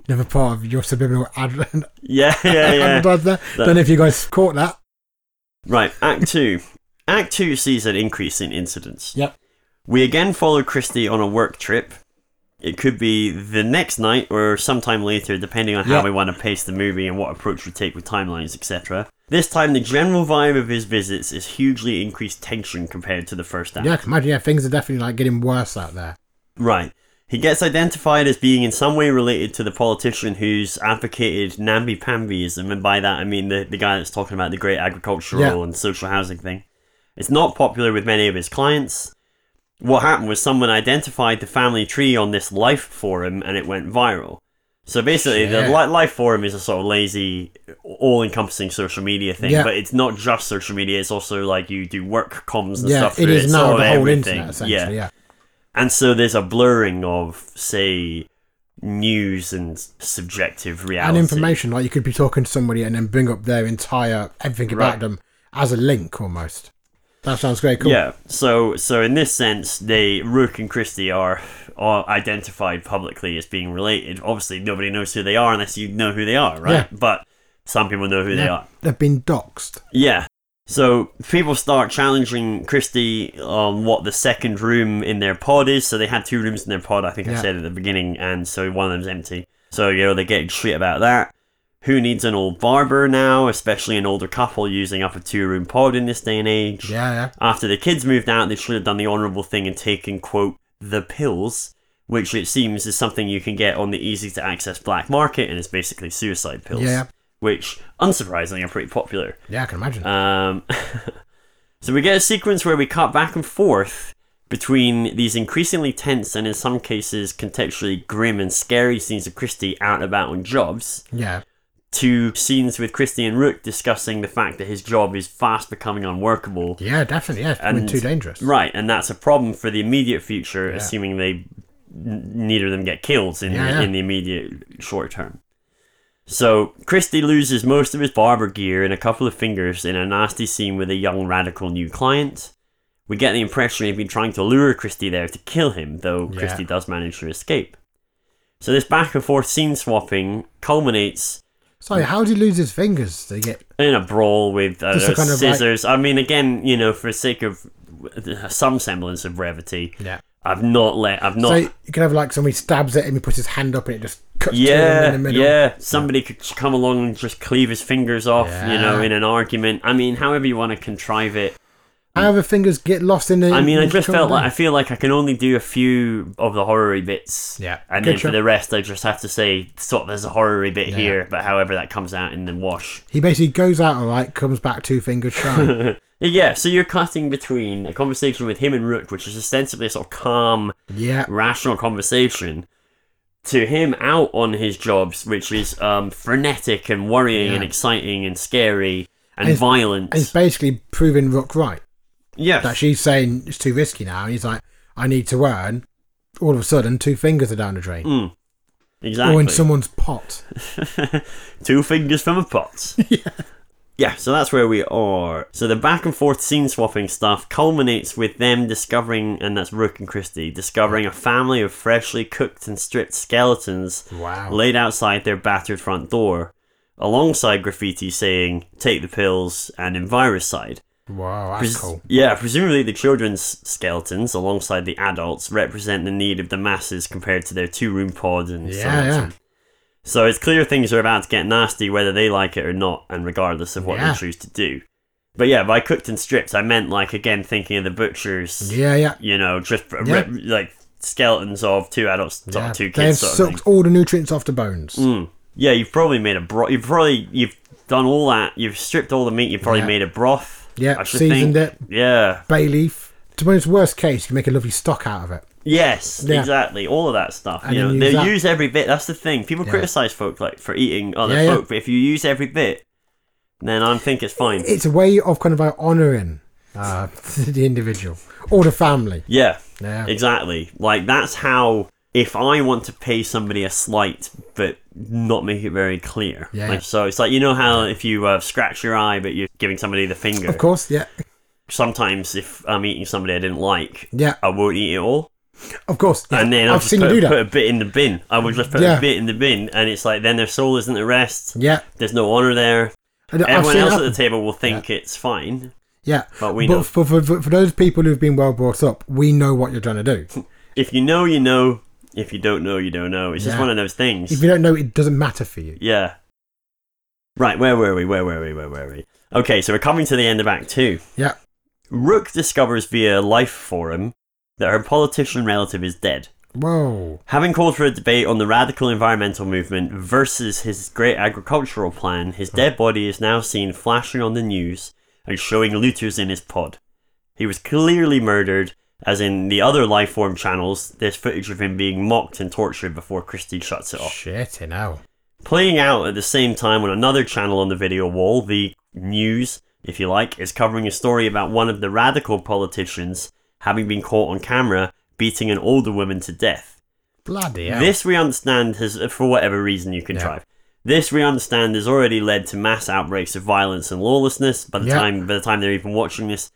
Speaker 2: Never part of your subliminal ad.
Speaker 1: Yeah, yeah, yeah.
Speaker 2: ad there. Don't know if you guys caught that.
Speaker 1: Right, Act 2. Act 2 sees an increase in incidents.
Speaker 2: Yep.
Speaker 1: We again follow Christie on a work trip. It could be the next night or sometime later, depending on how
Speaker 2: Yep.
Speaker 1: we want to pace the movie and what approach we take with timelines, etc. This time, the general vibe of his visits is hugely increased tension compared to the first act.
Speaker 2: Yeah, I can imagine. Yeah, things are definitely like getting worse out there.
Speaker 1: Right. He gets identified as being in some way related to the politician who's advocated namby pambyism, and by that I mean the, the guy that's talking about the great agricultural
Speaker 2: Yeah.
Speaker 1: and social housing thing. It's not popular with many of his clients. What happened was someone identified the family tree on this life forum and it went viral. So basically, the
Speaker 2: Shit.
Speaker 1: li- life forum is a sort of lazy, all encompassing social media thing,
Speaker 2: Yeah.
Speaker 1: but it's not just social media, it's also like you do work comms and
Speaker 2: Yeah,
Speaker 1: stuff.
Speaker 2: it
Speaker 1: through
Speaker 2: is
Speaker 1: It's
Speaker 2: now
Speaker 1: sort
Speaker 2: the
Speaker 1: of
Speaker 2: whole
Speaker 1: everything.
Speaker 2: internet essentially. Yeah.
Speaker 1: And so there's a blurring of, say, news and subjective reality.
Speaker 2: and information like you could be talking to somebody and then bring up their entire everything about
Speaker 1: Right.
Speaker 2: them as a link almost. That sounds great. Cool.
Speaker 1: Yeah. So so in this sense, they Rook and Christie are, are identified publicly as being related. Obviously, nobody knows who they are unless you know who they are, right?
Speaker 2: Yeah.
Speaker 1: But some people know who they are.
Speaker 2: They've been doxxed.
Speaker 1: Yeah. So people start challenging Christie on what the second room in their pod is. So they had two rooms in their pod, I think I
Speaker 2: Yeah.
Speaker 1: said at the beginning, and so one of them's empty. So you know they're getting shit about that. Who needs an old barber now, especially an older couple using up a two-room pod in this day and age?
Speaker 2: Yeah, yeah.
Speaker 1: After the kids moved out, they should have done the honourable thing and taken quote the pills, which it seems is something you can get on the easy-to-access black market, and it's basically suicide pills.
Speaker 2: Yeah.
Speaker 1: Which, unsurprisingly, are pretty popular.
Speaker 2: Yeah, I can imagine.
Speaker 1: Um, so we get a sequence where we cut back and forth between these increasingly tense and, in some cases, contextually grim and scary scenes of Christie out and about on jobs
Speaker 2: yeah.
Speaker 1: to scenes with Christie and Rook discussing the fact that his job is fast becoming unworkable.
Speaker 2: Yeah, definitely. Yeah, it's
Speaker 1: And-
Speaker 2: been too dangerous.
Speaker 1: Right, and that's a problem for the immediate future,
Speaker 2: Yeah.
Speaker 1: assuming they n- neither of them get killed in,
Speaker 2: Yeah,
Speaker 1: the,
Speaker 2: yeah.
Speaker 1: in the immediate short term. So Christie loses most of his barber gear and a couple of fingers in a nasty scene with a young radical new client. We get the impression he'd been trying to lure Christie there to kill him, though
Speaker 2: Yeah.
Speaker 1: Christie does manage to escape. So this back and forth scene swapping culminates
Speaker 2: Sorry, how did he lose his fingers? They get
Speaker 1: in a brawl with uh,
Speaker 2: Just a kind of, like-
Speaker 1: scissors. I mean, again, you know, for the sake of uh, some semblance of brevity,
Speaker 2: yeah.
Speaker 1: I've not let. I've not.
Speaker 2: So you can have like somebody stabs at him, he puts his hand up, and it just cuts to him
Speaker 1: yeah,
Speaker 2: in the middle.
Speaker 1: yeah. Somebody could just come along and just cleave his fingers off, you know,
Speaker 2: Yeah.
Speaker 1: in an argument. I mean, however you want to contrive it.
Speaker 2: How the fingers get lost in the?
Speaker 1: I mean, I
Speaker 2: in the
Speaker 1: just felt like I
Speaker 2: cordon?
Speaker 1: feel like I can only do a few of the horror bits.
Speaker 2: Yeah.
Speaker 1: And
Speaker 2: Good
Speaker 1: then for
Speaker 2: show.
Speaker 1: the rest, I just have to say, sort of, there's a horror bit
Speaker 2: Yeah.
Speaker 1: here, but however that comes out in the wash.
Speaker 2: he basically goes out all right, comes back two fingers shy.
Speaker 1: Yeah, so you're cutting between a conversation with him and Rook, which is ostensibly a sort of calm,
Speaker 2: yeah,
Speaker 1: rational conversation, to him out on his jobs, which is um, frenetic and worrying and
Speaker 2: Yeah.
Speaker 1: exciting and scary and
Speaker 2: It's-
Speaker 1: violent.
Speaker 2: and it's basically proving Rook right. that
Speaker 1: yeah,
Speaker 2: she's saying it's too risky now, and he's like, I need to earn. All of a sudden, two fingers are down the drain,
Speaker 1: mm,
Speaker 2: or in
Speaker 1: exactly.
Speaker 2: someone's pot.
Speaker 1: Two fingers from a pot. yeah. Yeah, so that's where we are. So the back and forth scene swapping stuff culminates with them discovering, and that's Rook and Christie, discovering a family of freshly cooked and stripped skeletons
Speaker 2: Wow.
Speaker 1: laid outside their battered front door, alongside graffiti saying, take the pills and Envirocide.
Speaker 2: Wow,
Speaker 1: Pres-
Speaker 2: that's cool.
Speaker 1: Yeah, presumably the children's skeletons, alongside the adults, represent the need of the masses compared to their two room pod and so on
Speaker 2: Yeah,
Speaker 1: and so
Speaker 2: yeah.
Speaker 1: on. So it's clear things are about to get nasty whether they like it or not, and regardless of what
Speaker 2: Yeah.
Speaker 1: they choose to do. But yeah, by cooked and stripped, I meant like again thinking of the butchers.
Speaker 2: Yeah, yeah.
Speaker 1: You know, just r-
Speaker 2: Yeah.
Speaker 1: rip, like skeletons of two adults, sort of
Speaker 2: yeah.
Speaker 1: two
Speaker 2: They've
Speaker 1: kids. Sort of thing.
Speaker 2: sucked all the nutrients off the bones.
Speaker 1: Mm. Yeah, you've probably made a broth. You've probably you've done all that. You've stripped all the meat. You've probably
Speaker 2: Yeah.
Speaker 1: made a broth.
Speaker 2: Yeah,
Speaker 1: I should
Speaker 2: seasoned
Speaker 1: think.
Speaker 2: it.
Speaker 1: Yeah.
Speaker 2: Bay leaf. To be honest, worst case, you can make a lovely stock out of it.
Speaker 1: Yes.
Speaker 2: Yeah.
Speaker 1: Exactly. All of that stuff.
Speaker 2: And
Speaker 1: you
Speaker 2: then
Speaker 1: know,
Speaker 2: use
Speaker 1: they
Speaker 2: that.
Speaker 1: use every bit. That's the thing. People
Speaker 2: Yeah.
Speaker 1: criticize folk like for eating other
Speaker 2: Yeah, yeah.
Speaker 1: folk, but if you use every bit, then I think it's fine.
Speaker 2: It's a way of kind of like honouring uh, the individual or the family.
Speaker 1: yeah.
Speaker 2: Yeah.
Speaker 1: Exactly. Like that's how. If I want to pay somebody a slight, but not make it very clear,
Speaker 2: Yeah.
Speaker 1: Like, so it's like you know how if you uh, scratch your eye, but you're giving somebody the finger,
Speaker 2: Of course, yeah.
Speaker 1: sometimes if I'm eating somebody I didn't like,
Speaker 2: Yeah.
Speaker 1: I won't eat it all.
Speaker 2: Of course. yeah.
Speaker 1: And then I'll
Speaker 2: I've
Speaker 1: just
Speaker 2: seen you
Speaker 1: put,
Speaker 2: do that.
Speaker 1: put a bit in the bin. I would just put
Speaker 2: Yeah.
Speaker 1: a bit in the bin, and it's like then their soul isn't the rest.
Speaker 2: yeah.
Speaker 1: There's no honor there.
Speaker 2: And I've
Speaker 1: Everyone
Speaker 2: seen it
Speaker 1: else at
Speaker 2: happen.
Speaker 1: the table will think it's fine.
Speaker 2: Yeah,
Speaker 1: But we know.
Speaker 2: For, for, for those people who've been well brought up, we know what you're trying to do.
Speaker 1: If you know, you know. If you don't know, you don't know. It's just
Speaker 2: Yeah.
Speaker 1: one of those things.
Speaker 2: if you don't know, it doesn't matter for you.
Speaker 1: yeah. Right. Where were we? Where were we? Where were we? Okay, so we're coming to the end of Act Two.
Speaker 2: Yeah,
Speaker 1: Rook discovers via life forum that her politician relative is dead.
Speaker 2: whoa,
Speaker 1: Having called for a debate on the radical environmental movement versus his great agricultural plan, his dead body is now seen flashing on the news and showing looters in his pod. He was clearly murdered, as in the other life form channels, there's footage of him being mocked and tortured before Christie shuts it off.
Speaker 2: shit, you know.
Speaker 1: Playing out at the same time on another channel on the video wall, the news, if you like, is covering a story about one of the radical politicians having been caught on camera beating an older woman to death.
Speaker 2: bloody hell.
Speaker 1: This we understand has, for whatever reason you contrive. This we understand has already led to mass outbreaks of violence and lawlessness. By the
Speaker 2: Yeah.
Speaker 1: time by the time they're even watching this,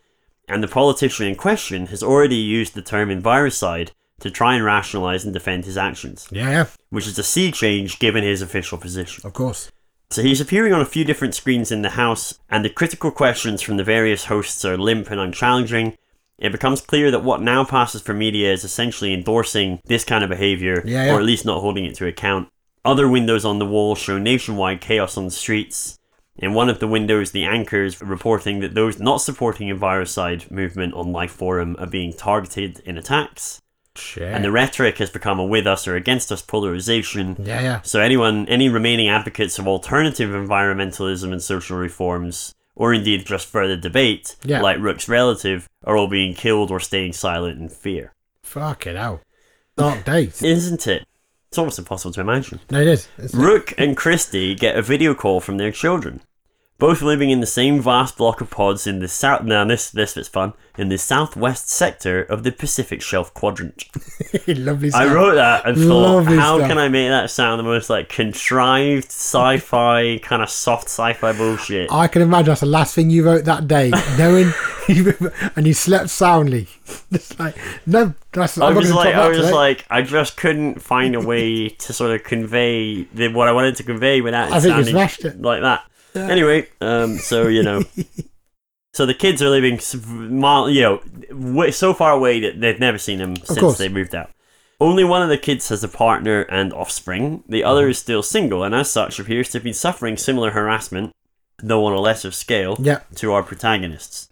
Speaker 1: and the politician in question has already used the term envirocide to try and rationalize and defend his actions,
Speaker 2: Yeah, yeah,
Speaker 1: which is a sea change given his official position.
Speaker 2: of course.
Speaker 1: So he's appearing on a few different screens in the house, and the critical questions from the various hosts are limp and unchallenging. It becomes clear that what now passes for media is essentially endorsing this kind of behavior,
Speaker 2: Yeah, yeah.
Speaker 1: or at least not holding it to account. Other windows on the wall show nationwide chaos on the streets. In one of the windows, the anchors reporting that those not supporting Envirocide movement on Life Forum are being targeted in attacks.
Speaker 2: Shit.
Speaker 1: And the rhetoric has become a with us or against us polarization,
Speaker 2: yeah, yeah,
Speaker 1: so anyone, any remaining advocates of alternative environmentalism and social reforms, or indeed just further debate,
Speaker 2: Yeah.
Speaker 1: like Rook's relative, are all being killed or staying silent in fear.
Speaker 2: fucking hell. Dark days.
Speaker 1: Isn't it? It's almost impossible to imagine.
Speaker 2: No, it is. It's-
Speaker 1: Rook and Christie get a video call from their children, both living in the same vast block of pods in the south. Now this this bit's fun in the southwest sector of the Pacific Shelf Quadrant.
Speaker 2: lovely stuff.
Speaker 1: I wrote that and thought,
Speaker 2: Lovely
Speaker 1: how
Speaker 2: stuff.
Speaker 1: can I make that sound the most like contrived sci-fi kind of soft sci-fi bullshit?
Speaker 2: I can imagine that's the last thing you wrote that day, knowing you and you slept soundly. Just like no, that's
Speaker 1: I
Speaker 2: I'm not
Speaker 1: was
Speaker 2: gonna
Speaker 1: like, I
Speaker 2: top that
Speaker 1: was
Speaker 2: today.
Speaker 1: like, I just couldn't find a way to sort of convey the, what I wanted to convey without
Speaker 2: I
Speaker 1: it
Speaker 2: think you
Speaker 1: sounding
Speaker 2: smashed it.
Speaker 1: like that. Anyway, um, so you know, so the kids are living, s- mile, you know, w- so far away that they've never seen them since
Speaker 2: course.
Speaker 1: they moved out. Only one of the kids has a partner and offspring. The
Speaker 2: Mm-hmm.
Speaker 1: other is still single, and as such appears to have been suffering similar harassment, though on a lesser scale,
Speaker 2: Yeah.
Speaker 1: to our protagonists.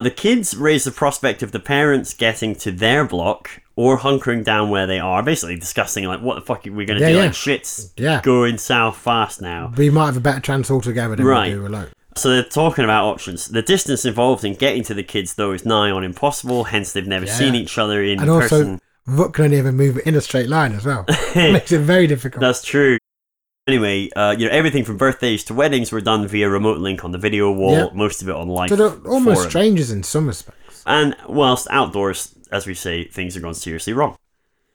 Speaker 1: The kids raise the prospect of the parents getting to their block or hunkering down where they are, basically discussing like what the fuck are we gonna
Speaker 2: Yeah,
Speaker 1: do?
Speaker 2: yeah.
Speaker 1: Like shit's
Speaker 2: Yeah.
Speaker 1: going south fast now.
Speaker 2: we might have a better chance altogether than
Speaker 1: Right.
Speaker 2: we do alone.
Speaker 1: So they're talking about options. The distance involved in getting to the kids though is nigh on impossible, hence they've never
Speaker 2: Yeah.
Speaker 1: seen each other in
Speaker 2: and also
Speaker 1: person.
Speaker 2: Rook can only ever move in a straight line as well. Makes it very difficult.
Speaker 1: That's true. Anyway, uh, you know everything from birthdays to weddings were done via remote link on the video wall.
Speaker 2: Yeah.
Speaker 1: Most of it on live.
Speaker 2: so they're almost
Speaker 1: forum.
Speaker 2: strangers in some respects.
Speaker 1: And whilst outdoors, as we say, things have gone seriously wrong.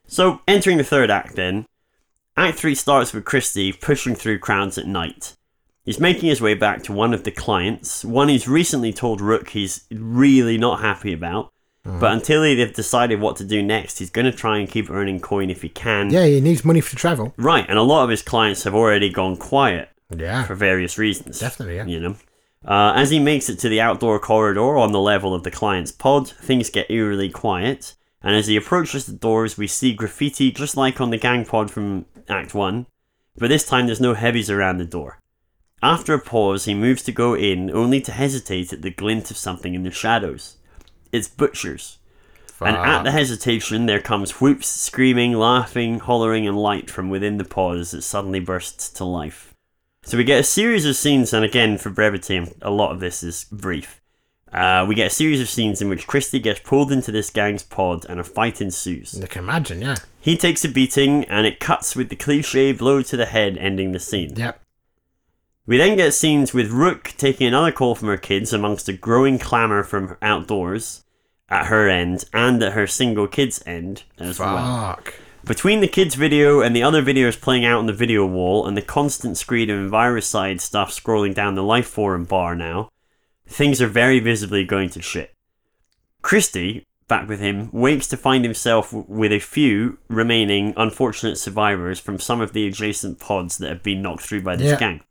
Speaker 1: So, entering the third act then, Act 3 starts with Christie pushing through crowds at night. He's making his way back to one of the clients, one he's recently told Rook he's really not happy about, but until they've decided what to do next, he's going to try and keep earning coin if he can.
Speaker 2: Yeah, he needs money for travel.
Speaker 1: Right, and a lot of his clients have already gone quiet
Speaker 2: Yeah,
Speaker 1: for various reasons.
Speaker 2: Definitely, yeah.
Speaker 1: You know, uh, as he makes it to the outdoor corridor on the level of the client's pod, things get eerily quiet. And as he approaches the doors, we see graffiti just like on the gang pod from Act One, but this time there's no heavies around the door. After a pause, he moves to go in, only to hesitate at the glint of something in the shadows. It's Butcher's. And at the hesitation, there comes whoops, screaming, laughing, hollering, and light from within the pause that suddenly bursts to life. So we get a series of scenes, and again, for brevity, a lot of this is brief. Uh, we get a series of scenes in which Christie gets pulled into this gang's pod and a fight ensues.
Speaker 2: I can imagine, yeah.
Speaker 1: He takes a beating, and it cuts with the cliche blow to the head ending the scene.
Speaker 2: Yep.
Speaker 1: We then get scenes with Rook taking another call from her kids amongst a growing clamour from outdoors at her end and at her single kid's end as well.
Speaker 2: Fuck.
Speaker 1: Between the kids' video and the other videos playing out on the video wall and the constant screed of Envirocide stuff scrolling down the Life Forum bar now, things are very visibly going to shit. Christie, back with him, wakes to find himself w- with a few remaining unfortunate survivors from some of the adjacent pods that have been knocked through by this
Speaker 2: Yeah.
Speaker 1: gang.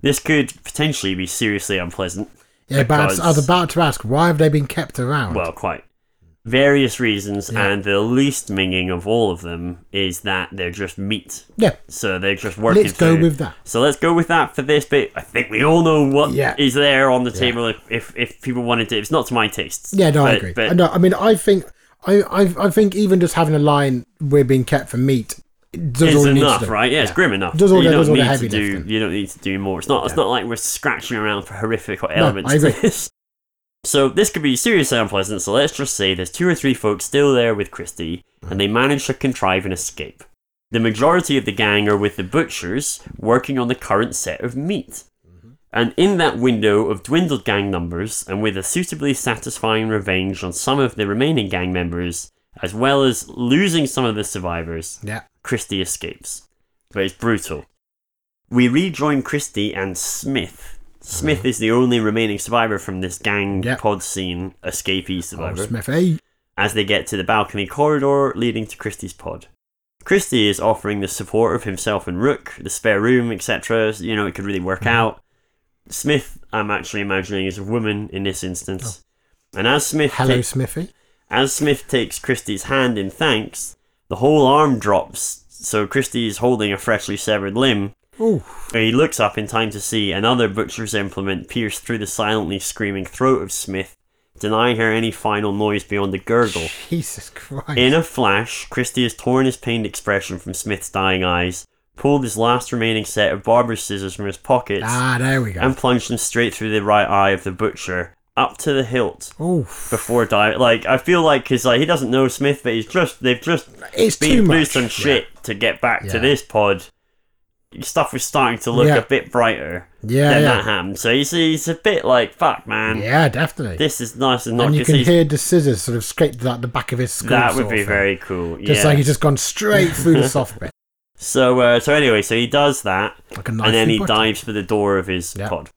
Speaker 1: This could potentially be seriously unpleasant.
Speaker 2: Yeah, but I was- I was
Speaker 1: Because-
Speaker 2: about to ask, why have they been kept around?
Speaker 1: Well, quite. Various reasons,
Speaker 2: Yeah.
Speaker 1: and the least minging of all of them is that they're just meat.
Speaker 2: yeah,
Speaker 1: So they're just working.
Speaker 2: Let's go
Speaker 1: through-
Speaker 2: with that.
Speaker 1: So let's go with that for this bit. I think we all know what is
Speaker 2: Yeah.
Speaker 1: there on the
Speaker 2: Yeah.
Speaker 1: table. If, if if people wanted to, it's not to my taste.
Speaker 2: yeah, no, I
Speaker 1: But-
Speaker 2: agree.
Speaker 1: But
Speaker 2: no, I mean, I think, I, I, I think even just having a line we're being kept for meat it does
Speaker 1: it's
Speaker 2: all it needs
Speaker 1: enough,
Speaker 2: to do.
Speaker 1: right? Yeah, it's grim enough.
Speaker 2: Does all
Speaker 1: you
Speaker 2: the-
Speaker 1: don't
Speaker 2: does all the
Speaker 1: need to
Speaker 2: heavy
Speaker 1: do.
Speaker 2: lifting.
Speaker 1: You don't need to do more. It's not. It's not like we're scratching around for horrific elements.
Speaker 2: I agree.
Speaker 1: To this. So this could be seriously unpleasant. So let's just say there's two or three folks still there with Christie, and they manage to contrive an escape. The majority of the gang are with the butchers working on the current set of meat. And in that window of dwindled gang numbers, and with a suitably satisfying revenge on some of the remaining gang members, as well as losing some of the survivors,
Speaker 2: Yeah.
Speaker 1: Christie escapes. But it's brutal. We rejoin Christie and Smith.
Speaker 2: Mm-hmm.
Speaker 1: Smith is the only remaining survivor from this gang
Speaker 2: Yep.
Speaker 1: pod scene escapee
Speaker 2: Oh,
Speaker 1: survivor
Speaker 2: Smith, hey,
Speaker 1: as they get to the balcony corridor leading to Christie's pod. Christie is offering the support of himself and Rook, the spare room, etc. So, you know, it could really
Speaker 2: Mm-hmm.
Speaker 1: work out. Smith, I'm actually imagining, is a woman in this instance. And as Smith
Speaker 2: Oh. hello,
Speaker 1: ta-
Speaker 2: Smithy.
Speaker 1: as Smith takes Christie's hand in thanks, the whole arm drops, so Christie is holding a freshly severed limb.
Speaker 2: Ooh,
Speaker 1: And he looks up in time to see another butcher's implement pierce through the silently screaming throat of Smith, denying her any final noise beyond a gurgle.
Speaker 2: Jesus Christ.
Speaker 1: In a flash, Christie has torn his pained expression from Smith's dying eyes, pulled his last remaining set of barber's scissors from his pockets,
Speaker 2: ah, there we go.
Speaker 1: and plunged them straight through the right eye of the butcher, up to the hilt,
Speaker 2: Ooh,
Speaker 1: before dying. Like I feel like, cause like he doesn't know Smith, but he's just they've just
Speaker 2: it's too
Speaker 1: been through
Speaker 2: much.
Speaker 1: some shit to get back to
Speaker 2: Yeah.
Speaker 1: this pod. Stuff was starting to look
Speaker 2: Yeah.
Speaker 1: a bit brighter
Speaker 2: Yeah,
Speaker 1: than
Speaker 2: yeah,
Speaker 1: that happened. So he's, he's a bit like, fuck,
Speaker 2: yeah.
Speaker 1: man,
Speaker 2: yeah definitely.
Speaker 1: this is nice and not
Speaker 2: and you
Speaker 1: because
Speaker 2: can
Speaker 1: he's
Speaker 2: hear the scissors sort of scrape like the back of his skull.
Speaker 1: that
Speaker 2: sort
Speaker 1: would
Speaker 2: of
Speaker 1: be
Speaker 2: thing.
Speaker 1: very cool.
Speaker 2: Just
Speaker 1: yeah.
Speaker 2: like he's just gone straight through the soft bit,
Speaker 1: So uh, so anyway, so he does that,
Speaker 2: like a knife.
Speaker 1: and then
Speaker 2: through
Speaker 1: he
Speaker 2: butter.
Speaker 1: dives for the door of his
Speaker 2: Yeah.
Speaker 1: pod.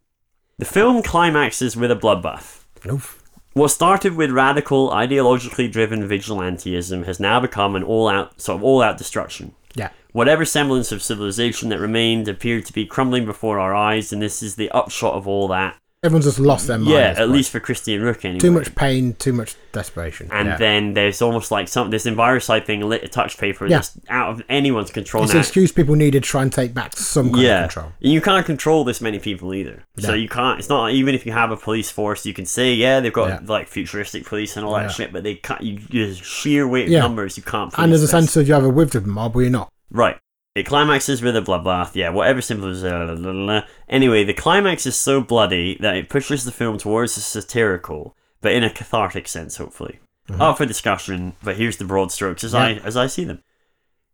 Speaker 1: The film climaxes with a bloodbath.
Speaker 2: Oof.
Speaker 1: What started with radical, ideologically driven vigilantism has now become an all-out sort of all-out destruction.
Speaker 2: Yeah.
Speaker 1: Whatever semblance of civilization that remained appeared to be crumbling before our eyes, and this is the upshot of all that.
Speaker 2: Everyone's just lost their mind.
Speaker 1: yeah,
Speaker 2: at
Speaker 1: at
Speaker 2: this point.
Speaker 1: least for Christian Rook, anyway.
Speaker 2: Too much pain, too much desperation.
Speaker 1: And
Speaker 2: yeah.
Speaker 1: then there's almost like some this envirocide thing lit a touch paper
Speaker 2: Yeah.
Speaker 1: that's out of anyone's control
Speaker 2: it's
Speaker 1: now.
Speaker 2: an excuse people need to try and take back some kind
Speaker 1: yeah.
Speaker 2: of control.
Speaker 1: And you can't control this many people either. So
Speaker 2: No.
Speaker 1: you can't. It's not like, even if you have a police force, you can say yeah they've got
Speaker 2: Yeah.
Speaker 1: like futuristic police and all that
Speaker 2: Yeah.
Speaker 1: shit, but they can't. You just sheer weight of
Speaker 2: Yeah.
Speaker 1: numbers, you can't.
Speaker 2: And there's a
Speaker 1: police this.
Speaker 2: sense of you either with the mob or you're not.
Speaker 1: Right. It climaxes with a bloodbath. Yeah, whatever symbols. Uh, la, la, la. Anyway, the climax is so bloody that it pushes the film towards the satirical, but in a cathartic sense, hopefully. Up for discussion, but here's the broad strokes as I
Speaker 2: Mm-hmm. Yeah.
Speaker 1: as I see them.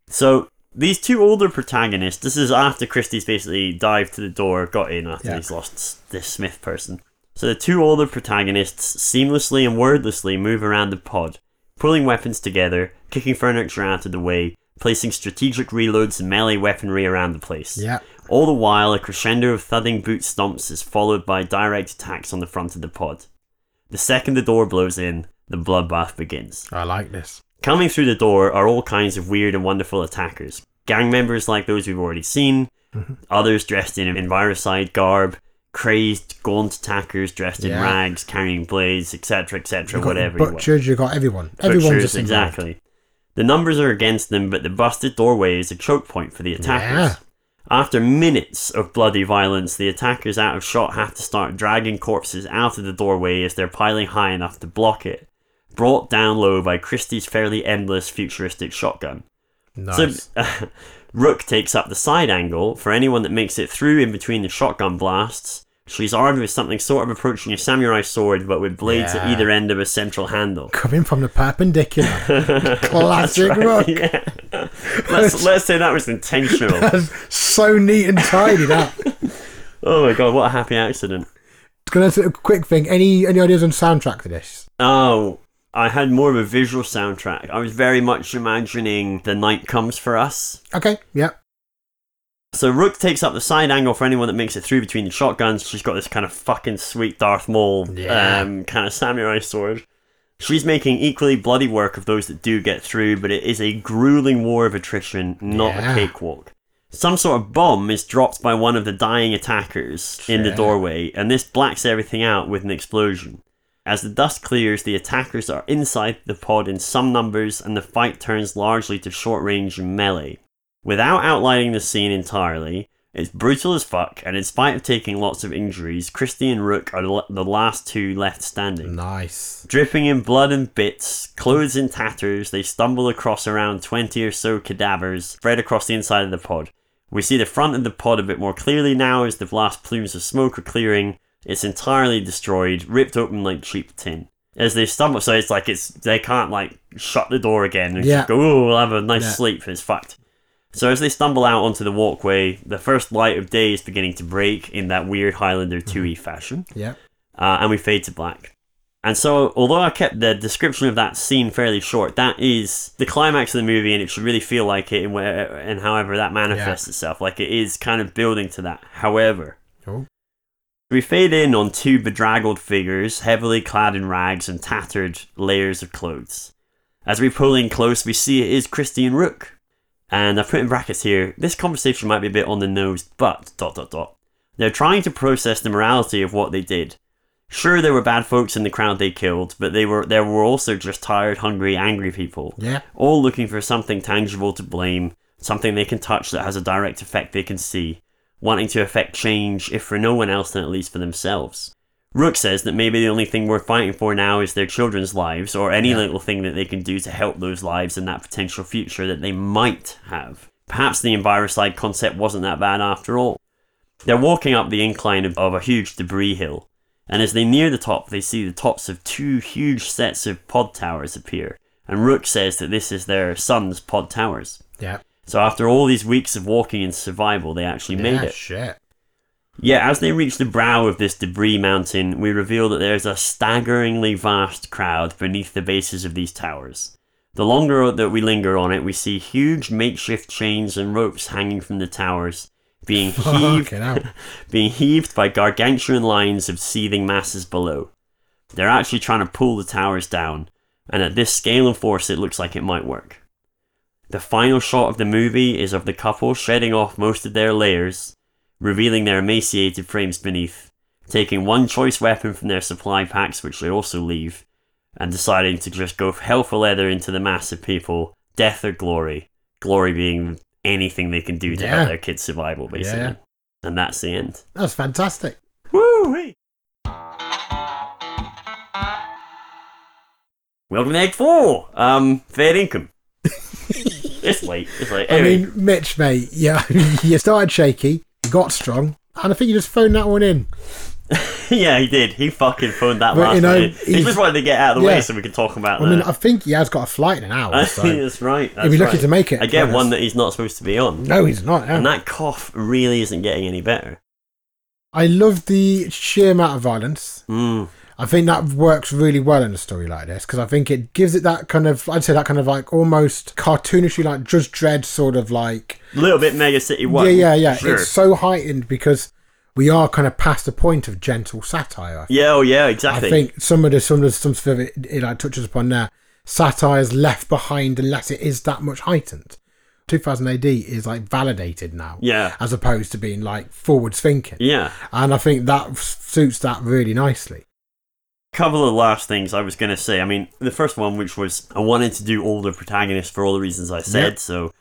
Speaker 1: So these two older protagonists. This is after Christie's basically dived to the door, got in after
Speaker 2: Yeah.
Speaker 1: he's lost s- this Smith person. So the two older protagonists seamlessly and wordlessly move around the pod, pulling weapons together, kicking furniture out of the way, placing strategic reloads and melee weaponry around the place.
Speaker 2: Yeah.
Speaker 1: All the while, a crescendo of thudding boot stomps is followed by direct attacks on the front of the pod. The second the door blows in, the bloodbath begins.
Speaker 2: I like this.
Speaker 1: Coming through the door are all kinds of weird and wonderful attackers. Gang members like those we've already seen,
Speaker 2: Mm-hmm.
Speaker 1: others dressed in envirocide garb, crazed, gaunt attackers dressed in
Speaker 2: Yeah.
Speaker 1: rags, carrying blades, etc., etc.,
Speaker 2: You've got
Speaker 1: whatever. you want.
Speaker 2: butchers, you've got everyone. Everyone's
Speaker 1: Butchers,
Speaker 2: just involved.
Speaker 1: exactly. The numbers are against them, but the busted doorway is a choke point for the attackers.
Speaker 2: Yeah.
Speaker 1: After minutes of bloody violence, the attackers out of shot have to start dragging corpses out of the doorway as they're piling high enough to block it. Brought down low by Christie's fairly endless futuristic shotgun.
Speaker 2: Nice.
Speaker 1: So, Rook takes up the side angle. For anyone that makes it through in between the shotgun blasts, she's armed with something sort of approaching a samurai sword, but with blades at
Speaker 2: Yeah.
Speaker 1: either end of a central handle.
Speaker 2: Coming from the perpendicular. Classic
Speaker 1: Right,
Speaker 2: rock.
Speaker 1: yeah. let's, let's say that was intentional.
Speaker 2: That's so neat and tidy that.
Speaker 1: Oh my god, what a happy accident.
Speaker 2: Gonna say a quick thing. Any any ideas on soundtrack to this?
Speaker 1: Oh, I had more of a visual soundtrack. I was very much imagining The Night Comes for Us.
Speaker 2: Okay, yeah.
Speaker 1: So Rook takes up the side angle for anyone that makes it through between the shotguns. She's got this kind of fucking sweet Darth Maul
Speaker 2: Yeah.
Speaker 1: um, kind of samurai sword. She's making equally bloody work of those that do get through, but it is a grueling war of attrition, not
Speaker 2: Yeah.
Speaker 1: a cakewalk. Some sort of bomb is dropped by one of the dying attackers in the
Speaker 2: Shit.
Speaker 1: doorway, and this blacks everything out with an explosion. As the dust clears, the attackers are inside the pod in some numbers, and the fight turns largely to short range and melee. Without outlining the scene entirely, it's brutal as fuck, and in spite of taking lots of injuries, Christie and Rook are l- the last two left standing.
Speaker 2: Nice.
Speaker 1: Dripping in blood and bits, clothes in tatters, they stumble across around 20 or so cadavers spread across the inside of the pod. We see the front of the pod a bit more clearly now as the last plumes of smoke are clearing. It's entirely destroyed, ripped open like cheap tin. As they stumble, so it's like it's they can't like shut the door again and
Speaker 2: Yeah.
Speaker 1: just go, oh, we'll have a nice
Speaker 2: Yeah.
Speaker 1: sleep. It's fucked. So as they stumble out onto the walkway, the first light of day is beginning to break in that weird Highlander 2E fashion
Speaker 2: Yeah.
Speaker 1: uh, and we fade to black. And so, although I kept the description of that scene fairly short, that is the climax of the movie, and it should really feel like it, in where and however that manifests itself, like it is kind of building to that. However,
Speaker 2: Cool.
Speaker 1: we fade in on two bedraggled figures, heavily clad in rags and tattered layers of clothes. As we pull in close, we see it is Christie and Rook. And I've put in brackets here, this conversation might be a bit on the nose, but dot dot dot. They're trying to process the morality of what they did. Sure, there were bad folks in the crowd they killed, but they were there were also just tired, hungry, angry people,
Speaker 2: Yeah.
Speaker 1: all looking for something tangible to blame, something they can touch that has a direct effect they can see, wanting to effect change, if for no one else, then at least for themselves. Rook says that maybe the only thing worth fighting for now is their children's lives, or any little thing that they can do to help those lives and that potential future that they might have. Perhaps the Envirocide concept wasn't that bad after all. They're walking up the incline of, of a huge debris hill, and as they near the top, they see the tops of two huge sets of pod towers appear. And Rook says that this is their son's pod towers.
Speaker 2: Yeah.
Speaker 1: So after all these weeks of walking and survival, they actually made
Speaker 2: yeah,
Speaker 1: it.
Speaker 2: Shit.
Speaker 1: Yeah, as they reach the brow of this debris mountain, we reveal that there's a staggeringly vast crowd beneath the bases of these towers. The longer that we linger on it, we see huge makeshift chains and ropes hanging from the towers, being heaved
Speaker 2: Fucking hell.
Speaker 1: being heaved by gargantuan lines of seething masses below. They're actually trying to pull the towers down, and at this scale and force, it looks like it might work. The final shot of the movie is of the couple shedding off most of their layers, revealing their emaciated frames beneath, taking one choice weapon from their supply packs, which they also leave, and deciding to just go hell for leather into the mass of people, death or glory. Glory being anything they can do to
Speaker 2: Yeah.
Speaker 1: help their kids' survival, basically.
Speaker 2: Yeah.
Speaker 1: And that's the end.
Speaker 2: That's fantastic.
Speaker 1: Woo! Hey. Welcome to Egg Four. Um, fair income. it's late. It's late.
Speaker 2: I
Speaker 1: Anyway,
Speaker 2: mean, Mitch, mate, yeah, you started shaky, you got strong, and I think you just phoned that one in.
Speaker 1: yeah, he did. He fucking phoned that
Speaker 2: But,
Speaker 1: last
Speaker 2: you
Speaker 1: you
Speaker 2: know,
Speaker 1: He
Speaker 2: he's-
Speaker 1: just wanted to get out of the
Speaker 2: Yeah.
Speaker 1: way so we could talk about
Speaker 2: I mean, I
Speaker 1: that.
Speaker 2: think he has got a flight in an hour. So.
Speaker 1: that's right. Uh, That's
Speaker 2: be lucky
Speaker 1: right.
Speaker 2: to make it, to be
Speaker 1: Again,
Speaker 2: honest.
Speaker 1: one that he's not supposed to be on.
Speaker 2: No, he's not.
Speaker 1: And
Speaker 2: Yeah.
Speaker 1: that cough really isn't getting any better.
Speaker 2: I love the sheer amount of violence.
Speaker 1: Mm.
Speaker 2: I think that works really well in a story like this because I think it gives it that kind of, I'd say that kind of like almost cartoonishly like Judge Dredd sort of like,
Speaker 1: Little bit Mega City One.
Speaker 2: yeah, yeah, yeah.
Speaker 1: Sure.
Speaker 2: It's so heightened because we are kind of past the point of gentle satire. I
Speaker 1: yeah, oh yeah,
Speaker 2: I
Speaker 1: exactly.
Speaker 2: think some of the some of the, some stuff it, it like touches upon there. Satire is left behind unless it is that much heightened. 2000 AD is like validated now,
Speaker 1: Yeah.
Speaker 2: as opposed to being like forwards thinking.
Speaker 1: Yeah.
Speaker 2: And I think that suits that really nicely.
Speaker 1: couple of last things I was going to say. I mean, the first one, which was I wanted to do older protagonists for all the reasons I said.
Speaker 2: Yep.
Speaker 1: So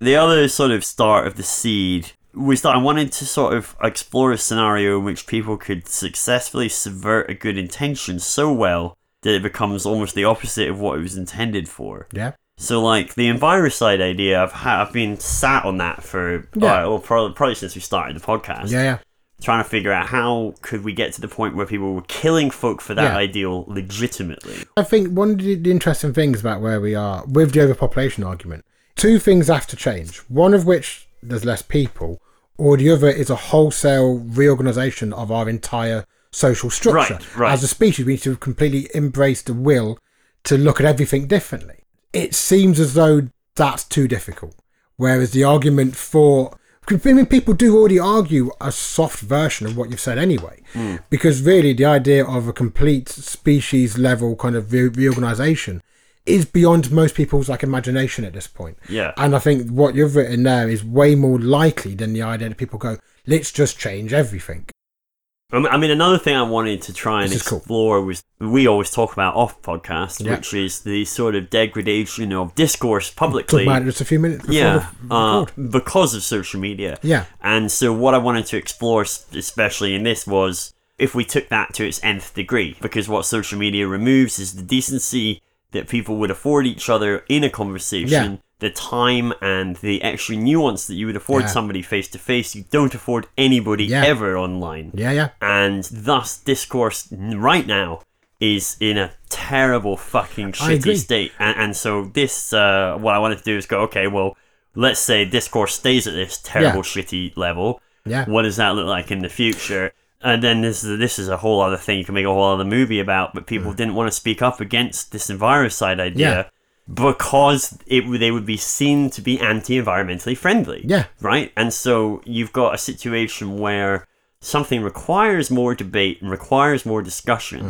Speaker 1: the other sort of start of the seed was that I wanted to sort of explore a scenario in which people could successfully subvert a good intention so well that it becomes almost the opposite of what it was intended for.
Speaker 2: Yeah.
Speaker 1: So like the Envirocide idea, I've ha- I've been sat on that for
Speaker 2: Yeah.
Speaker 1: uh, well, probably, probably since we started the podcast
Speaker 2: Yeah, yeah.
Speaker 1: trying to figure out how could we get to the point where people were killing folk for that
Speaker 2: Yeah.
Speaker 1: ideal legitimately.
Speaker 2: I think one of the the interesting things about where we are with the overpopulation argument, two things have to change. One of which there's less people, or the other is a wholesale reorganization of our entire social structure.
Speaker 1: Right, right.
Speaker 2: As a species, we need to completely embrace the will to look at everything differently. It seems as though that's too difficult. Whereas the argument for I mean, people do already argue a soft version of what you've said anyway,
Speaker 1: Hmm.
Speaker 2: because really the idea of a complete species level kind of re- reorganization is beyond most people's like imagination at this point.
Speaker 1: Yeah.
Speaker 2: and I think what you've written there is way more likely than the idea that people go, "Let's just change everything."
Speaker 1: I mean, I mean, another thing I wanted to try and
Speaker 2: This is cool.
Speaker 1: explore was we always talk about off podcast,
Speaker 2: Yeah.
Speaker 1: which is the sort of degradation of discourse
Speaker 2: Talk
Speaker 1: publicly.
Speaker 2: about it just a few minutes. Before
Speaker 1: yeah,
Speaker 2: the
Speaker 1: uh,
Speaker 2: record.
Speaker 1: because of social media.
Speaker 2: yeah,
Speaker 1: And so, what I wanted to explore, s- especially in this, was if we took that to its nth degree, because what social media removes is the decency that people would afford each other in a conversation,
Speaker 2: Yeah.
Speaker 1: the time and the extra nuance that you would afford
Speaker 2: Yeah.
Speaker 1: somebody face to face, you don't afford anybody
Speaker 2: Yeah.
Speaker 1: ever online.
Speaker 2: yeah, yeah.
Speaker 1: And thus, discourse n- right now is in a terrible fucking
Speaker 2: I agree.
Speaker 1: shitty state. And, and so, this, uh, what I wanted to do is go, okay, well, let's say discourse stays at this terrible
Speaker 2: Yeah.
Speaker 1: shitty level.
Speaker 2: Yeah.
Speaker 1: What does that look like in the future? And then this is, this is a whole other thing you can make a whole other movie about, but
Speaker 2: Mm.
Speaker 1: people didn't want to speak up against this envirocide idea because it w- they would be seen to be anti-environmentally friendly.
Speaker 2: Yeah.
Speaker 1: Right? And so you've got a situation where something requires more debate and requires more discussion.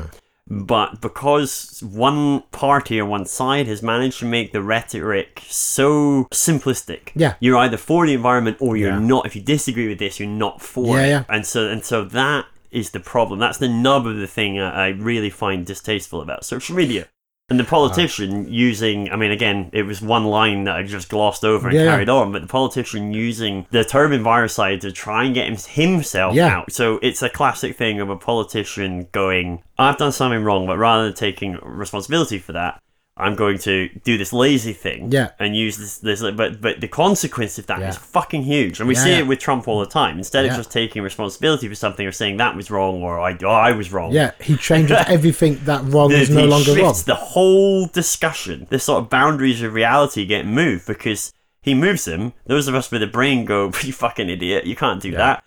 Speaker 2: Mm.
Speaker 1: But because one party or one side has managed to make the rhetoric so simplistic,
Speaker 2: Yeah.
Speaker 1: you're either for the environment or you're
Speaker 2: Yeah.
Speaker 1: not. If you disagree with this, you're not for
Speaker 2: Yeah,
Speaker 1: it.
Speaker 2: yeah.
Speaker 1: And so, and so that is the problem. That's the nub of the thing I, I really find distasteful about social media. And the politician using, I mean, again, it was one line that I just glossed over and
Speaker 2: Yeah, yeah.
Speaker 1: carried on, but the politician using the term envirocide to try and get him, himself
Speaker 2: Yeah.
Speaker 1: out. So it's a classic thing of a politician going, I've done something wrong, but rather than taking responsibility for that, I'm going to do this lazy thing
Speaker 2: Yeah.
Speaker 1: and use this, this but but the consequence of that is
Speaker 2: Yeah.
Speaker 1: fucking huge. And we
Speaker 2: Yeah,
Speaker 1: see
Speaker 2: yeah.
Speaker 1: it with Trump all the time. Instead of
Speaker 2: Yeah.
Speaker 1: just taking responsibility for something or saying that was wrong or I, oh, I was wrong.
Speaker 2: Yeah, he changes everything that wrong
Speaker 1: The,
Speaker 2: is no
Speaker 1: he
Speaker 2: longer
Speaker 1: shifts
Speaker 2: wrong.
Speaker 1: the whole discussion. The sort of boundaries of reality get moved because he moves them. Those of us with a brain go, "You fucking idiot! You can't do that."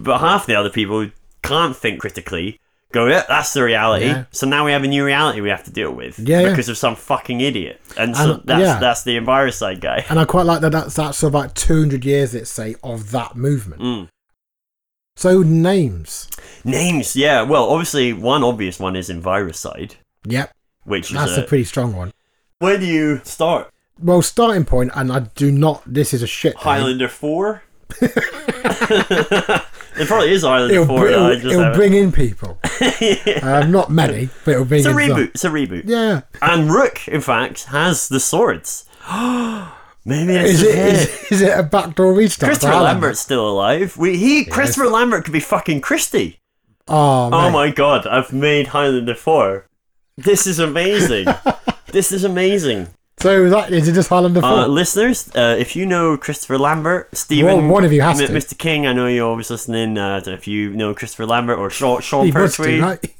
Speaker 1: But half the other people who can't think critically go, "Yeah, that's the reality."
Speaker 2: Yeah.
Speaker 1: So now we have a new reality we have to deal with
Speaker 2: Yeah, yeah.
Speaker 1: because of some fucking idiot. And so
Speaker 2: And-
Speaker 1: that's
Speaker 2: yeah.
Speaker 1: that's the Enviroside guy.
Speaker 2: And I quite like that. That's that's about two hundred years, let's say, of that movement.
Speaker 1: Mm.
Speaker 2: So names.
Speaker 1: Names, yeah. Well, obviously, one obvious one is Envirocide,
Speaker 2: Yep,
Speaker 1: which
Speaker 2: that's
Speaker 1: is
Speaker 2: a
Speaker 1: a,
Speaker 2: pretty strong one.
Speaker 1: where do you start?
Speaker 2: Well, starting point, and I do not. This is a shit. name.
Speaker 1: Highlander Four. it probably is Highlander
Speaker 2: It'll,
Speaker 1: Four.
Speaker 2: br-
Speaker 1: that I
Speaker 2: it'll,
Speaker 1: just
Speaker 2: it'll
Speaker 1: haven't-
Speaker 2: bring in people. um, not many, but it'll bring
Speaker 1: it's a
Speaker 2: in some.
Speaker 1: reboot. It's a reboot.
Speaker 2: Yeah.
Speaker 1: And Rook, in fact, has the swords. Maybe it's
Speaker 2: Is
Speaker 1: his
Speaker 2: it,
Speaker 1: hair.
Speaker 2: is, is it a backdoor restart?
Speaker 1: Christopher
Speaker 2: Alan?
Speaker 1: Lambert's still alive. We, he Christopher Lambert could be fucking Christie.
Speaker 2: Oh,
Speaker 1: Oh
Speaker 2: mate.
Speaker 1: my god! I've made Highlander Four. This is amazing. this is amazing.
Speaker 2: So that is it. Just Highlander Four.
Speaker 1: Oh. Uh, listeners, uh, if you know Christopher Lambert, Stephen,
Speaker 2: Well, one of you has to.
Speaker 1: Mr. King, I know you're always listening. Uh, I don't know if you know Christopher Lambert or Sean, Sean
Speaker 2: He must do,
Speaker 1: Pertwee,
Speaker 2: right?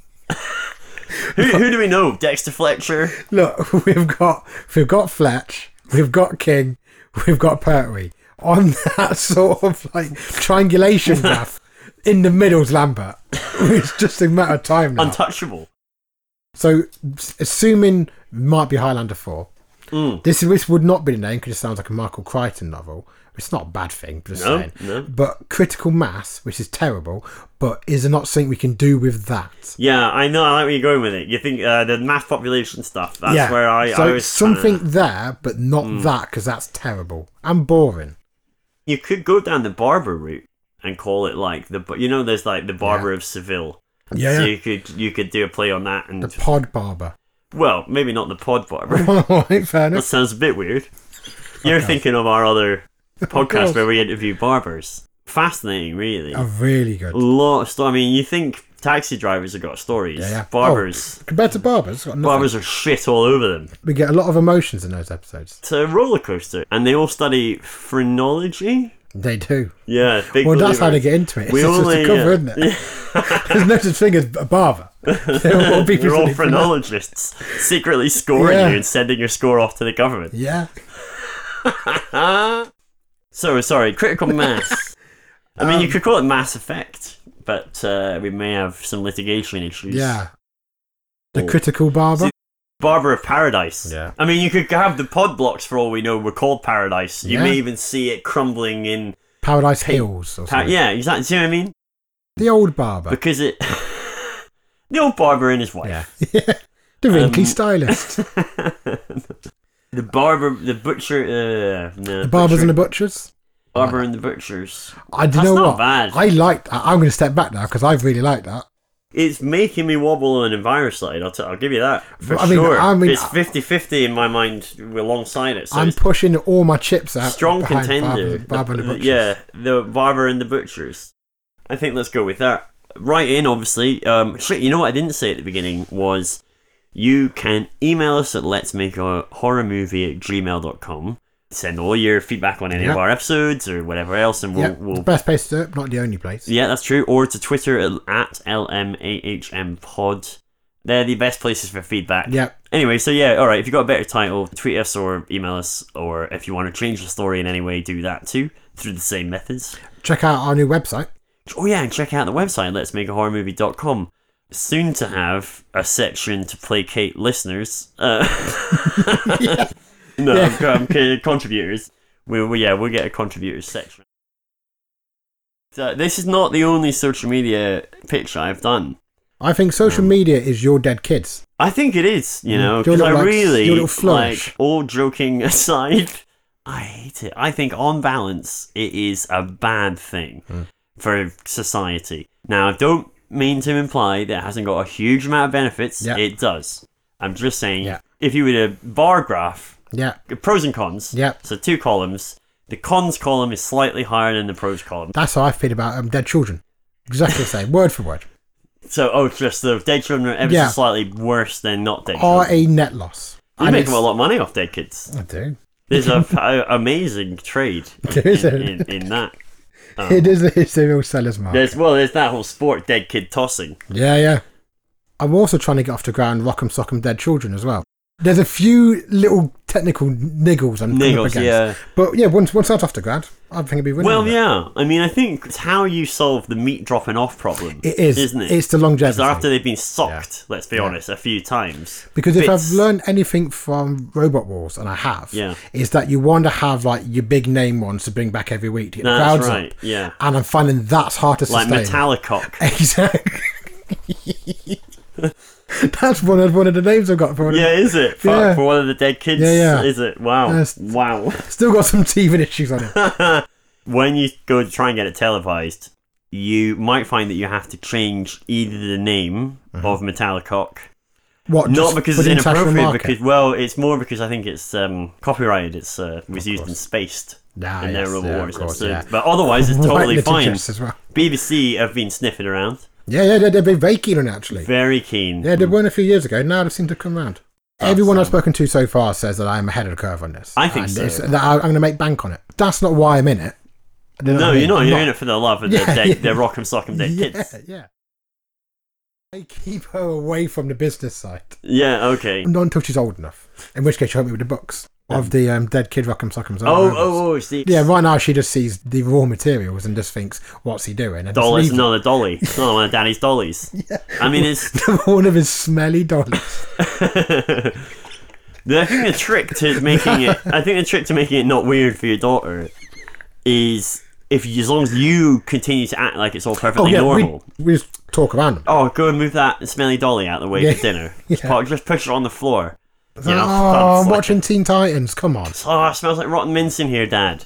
Speaker 1: who, who do we know? Dexter Fletcher.
Speaker 2: Look, we've got we've got Fletch, we've got King, we've got Pertwee. On that sort of like triangulation graph, in the middle's Lambert. It's just a matter of time now.
Speaker 1: Untouchable.
Speaker 2: so, s- assuming might be Highlander Four.
Speaker 1: Mm.
Speaker 2: This this would not be the name because it sounds like a Michael Crichton novel. It's not a bad thing, just
Speaker 1: No,
Speaker 2: saying.
Speaker 1: no.
Speaker 2: But critical mass, which is terrible, but is there not something we can do with that?
Speaker 1: Yeah, I know. I like where you're going with it. You think uh, the mass population stuff? That's
Speaker 2: yeah,
Speaker 1: where I,
Speaker 2: so
Speaker 1: I was Hmm.
Speaker 2: something
Speaker 1: kinda-
Speaker 2: there, but not that because that's terrible and boring.
Speaker 1: you could go down the barber route and call it like the. You know, there's like the barber of Seville.
Speaker 2: Yeah,
Speaker 1: So
Speaker 2: yeah.
Speaker 1: you could you could do a play on that and
Speaker 2: the pod barber.
Speaker 1: well, maybe not the pod barber.
Speaker 2: All right, fair
Speaker 1: that
Speaker 2: enough.
Speaker 1: sounds a bit weird. You're thinking of our other podcast
Speaker 2: course.
Speaker 1: where we interview barbers. Fascinating, really.
Speaker 2: Are really good.
Speaker 1: A lot of sto- I mean, you think taxi drivers have got stories.
Speaker 2: Yeah, yeah.
Speaker 1: Barbers.
Speaker 2: Oh, compared to barbers, got nothing.
Speaker 1: Barbers are shit all over them.
Speaker 2: we get a lot of emotions in those episodes.
Speaker 1: It's a roller coaster, and they all study phrenology.
Speaker 2: They do.
Speaker 1: Yeah, big
Speaker 2: well, that's how they
Speaker 1: believers.
Speaker 2: get into it.
Speaker 1: We
Speaker 2: it's
Speaker 1: only-
Speaker 2: just a cover,
Speaker 1: yeah.
Speaker 2: isn't it? There's no such thing as a barber. They're all people
Speaker 1: You're all
Speaker 2: studying phrenology.
Speaker 1: phrenologists secretly scoring
Speaker 2: Yeah.
Speaker 1: you and sending your score off to the government.
Speaker 2: Yeah.
Speaker 1: So sorry, critical mass. I mean,
Speaker 2: Um,
Speaker 1: you could call it Mass Effect, but uh, we may have some litigation issues.
Speaker 2: Yeah. The
Speaker 1: Oh.
Speaker 2: critical barber.
Speaker 1: See- Barber of Paradise.
Speaker 2: Yeah.
Speaker 1: I mean, you could have the pod blocks for all we know were called Paradise. You
Speaker 2: Yeah.
Speaker 1: may even see it crumbling in.
Speaker 2: Paradise Hills or
Speaker 1: Pa-
Speaker 2: something.
Speaker 1: yeah, exactly. See what I mean?
Speaker 2: The old barber.
Speaker 1: Because it. the old barber and his wife.
Speaker 2: yeah. the wrinkly
Speaker 1: Um,
Speaker 2: stylist.
Speaker 1: the barber, the butcher, uh, no,
Speaker 2: The barbers
Speaker 1: butcher-
Speaker 2: and the butchers.
Speaker 1: barber and the butchers.
Speaker 2: I do
Speaker 1: That's
Speaker 2: know
Speaker 1: not
Speaker 2: what.
Speaker 1: bad.
Speaker 2: I liked. I, I'm going to step back now because I've really liked that.
Speaker 1: It's making me wobble on Enviroside. Slide. I'll, t- I'll give you that for
Speaker 2: I mean-
Speaker 1: sure.
Speaker 2: I mean-
Speaker 1: it's 50-50 in my mind alongside it. So
Speaker 2: I'm
Speaker 1: it's
Speaker 2: pushing all my chips out.
Speaker 1: strong
Speaker 2: behind
Speaker 1: contender.
Speaker 2: Barber, barber and the
Speaker 1: The-
Speaker 2: butchers.
Speaker 1: Yeah, the barber and the butchers. I think let's go with that. Right in, obviously. Um, shit, you know what I didn't say at the beginning was you can email us at let's make a horror movie at gmail.com. Send all your feedback on any
Speaker 2: Yeah.
Speaker 1: of our episodes or whatever else, and we'll,
Speaker 2: yeah,
Speaker 1: we'll
Speaker 2: the best place to do it, not the only place.
Speaker 1: Yeah, that's true. Or to Twitter at, at LMAHM Pod. They're the best places for feedback.
Speaker 2: Yeah.
Speaker 1: Anyway, so yeah, all right. If you've got a better title, tweet us or email us, or if you want to change the story in any way, do that too through the same methods.
Speaker 2: Check out our new website.
Speaker 1: Oh yeah, and check out the website. Let's make a horror movie.com. Soon to have a section to placate listeners. Uh, no, I'm- I'm kidding, contributors. We, we yeah, we'll get a contributors section. So this is not the only social media picture I've done.
Speaker 2: I think social
Speaker 1: Um,
Speaker 2: media is your dead kids.
Speaker 1: I think it is, you
Speaker 2: Mm,
Speaker 1: know,
Speaker 2: your
Speaker 1: because I
Speaker 2: little, like, your
Speaker 1: really
Speaker 2: little flourish.
Speaker 1: like all joking aside, I hate it. I think on balance, it is a bad thing
Speaker 2: Hmm.
Speaker 1: for society. Now, I don't mean to imply that it hasn't got a huge amount of benefits.
Speaker 2: Yeah.
Speaker 1: It does. I'm just saying,
Speaker 2: Yeah.
Speaker 1: if you were to bar graph
Speaker 2: Yeah.
Speaker 1: pros and cons,
Speaker 2: Yeah.
Speaker 1: so two columns. The cons column is slightly higher than the pros column.
Speaker 2: That's how I feel about um, dead children. Exactly the same, word for word.
Speaker 1: So, oh, just the dead children are ever so
Speaker 2: Yeah.
Speaker 1: slightly worse than not dead
Speaker 2: Are
Speaker 1: children.
Speaker 2: a net loss.
Speaker 1: You
Speaker 2: And
Speaker 1: make
Speaker 2: it's-
Speaker 1: them a lot of money off dead kids.
Speaker 2: I do.
Speaker 1: There's a, a amazing trade in,
Speaker 2: There is
Speaker 1: in,
Speaker 2: a-
Speaker 1: in, in that. Um,
Speaker 2: It is it's a real seller's market.
Speaker 1: There's well, there's that whole sport dead kid tossing.
Speaker 2: Yeah, yeah. I'm also trying to get off the ground Rock'em Sock'em Dead Children as well. There's a few little technical niggles I'm coming up
Speaker 1: Niggles,
Speaker 2: against.
Speaker 1: yeah.
Speaker 2: But yeah, once once that's off the ground, I think it'd be winning.
Speaker 1: Well,
Speaker 2: with it.
Speaker 1: yeah. I mean, I think it's how you solve the meat dropping off problem.
Speaker 2: It is.
Speaker 1: isn't it?
Speaker 2: It's the longevity.
Speaker 1: Because after they've been socked, let's be
Speaker 2: Yeah.
Speaker 1: honest, a few times.
Speaker 2: Because if
Speaker 1: bits-
Speaker 2: I've learned anything from Robot Wars, and I have,
Speaker 1: Yeah.
Speaker 2: is that you want to have like your big name ones to bring back every week to get the
Speaker 1: that's
Speaker 2: crowds
Speaker 1: right.
Speaker 2: up.
Speaker 1: Yeah,
Speaker 2: And I'm finding that's hard to
Speaker 1: like
Speaker 2: sustain.
Speaker 1: Metallicock.
Speaker 2: Exactly. that's one of one of the names I've got for it.
Speaker 1: Yeah, is it? Fuck,
Speaker 2: Yeah.
Speaker 1: For one of the dead kids,
Speaker 2: Yeah, yeah.
Speaker 1: is it? Wow.
Speaker 2: Yes.
Speaker 1: Wow.
Speaker 2: Still got some teething issues on it.
Speaker 1: when you go to try and get it televised, you might find that you have to change either the name
Speaker 2: Mm-hmm.
Speaker 1: of Metallicock
Speaker 2: What?
Speaker 1: Not
Speaker 2: just
Speaker 1: because
Speaker 2: for
Speaker 1: it's
Speaker 2: the international
Speaker 1: inappropriate,
Speaker 2: market?
Speaker 1: because well, it's more because I think it's um, copyrighted. It's uh, was used in spaced
Speaker 2: Nah,
Speaker 1: in
Speaker 2: Ah, yes,
Speaker 1: their
Speaker 2: yeah,
Speaker 1: Robot
Speaker 2: of
Speaker 1: Wars
Speaker 2: course,
Speaker 1: episode.
Speaker 2: yeah.
Speaker 1: But otherwise, it's
Speaker 2: Right
Speaker 1: totally
Speaker 2: little
Speaker 1: fine.
Speaker 2: chips as well.
Speaker 1: BBC have been sniffing around,
Speaker 2: Yeah, yeah, they- they've been very keen on it, actually.
Speaker 1: very keen.
Speaker 2: Yeah, they weren't a few years ago. Now they seem to come round. Everyone I've spoken to so far says that I'm ahead of the curve on this.
Speaker 1: um, I think
Speaker 2: And
Speaker 1: so.
Speaker 2: it's- That I, I'm going to make bank on it. That's not why I'm in it. You know what
Speaker 1: No,
Speaker 2: I mean?
Speaker 1: you're not.
Speaker 2: I'm
Speaker 1: You're in it for the love of the
Speaker 2: Yeah,
Speaker 1: dead,
Speaker 2: yeah.
Speaker 1: the rock'em sock'em dead
Speaker 2: yeah,
Speaker 1: kids.
Speaker 2: yeah. I keep her away from the business side.
Speaker 1: Yeah. Okay.
Speaker 2: Not until she's old enough. In which case, she'll help me with the books of the um, Dead Kid Rock'em Sock'ems.
Speaker 1: Oh, oh, oh. See,
Speaker 2: Yeah, right now she just sees the raw materials and just thinks, what's he doing? And just
Speaker 1: Dolly's
Speaker 2: leaves it.
Speaker 1: another dolly. It's not one of Daddy's dollies. I mean, it's
Speaker 2: One of his smelly dollies.
Speaker 1: The- I think the trick to making it, I think the trick to making it not weird for your daughter is if you, as long as you continue to act like it's all
Speaker 2: Oh,
Speaker 1: perfectly
Speaker 2: yeah, we,
Speaker 1: normal.
Speaker 2: we just talk around them.
Speaker 1: Oh, go and move that smelly dolly out of the way for
Speaker 2: Yeah.
Speaker 1: dinner.
Speaker 2: Yeah.
Speaker 1: Park- Just push it on the floor. You know,
Speaker 2: oh, I'm
Speaker 1: that's like-
Speaker 2: watching Teen Titans. Come on.
Speaker 1: oh, it smells like rotten mince in here, Dad.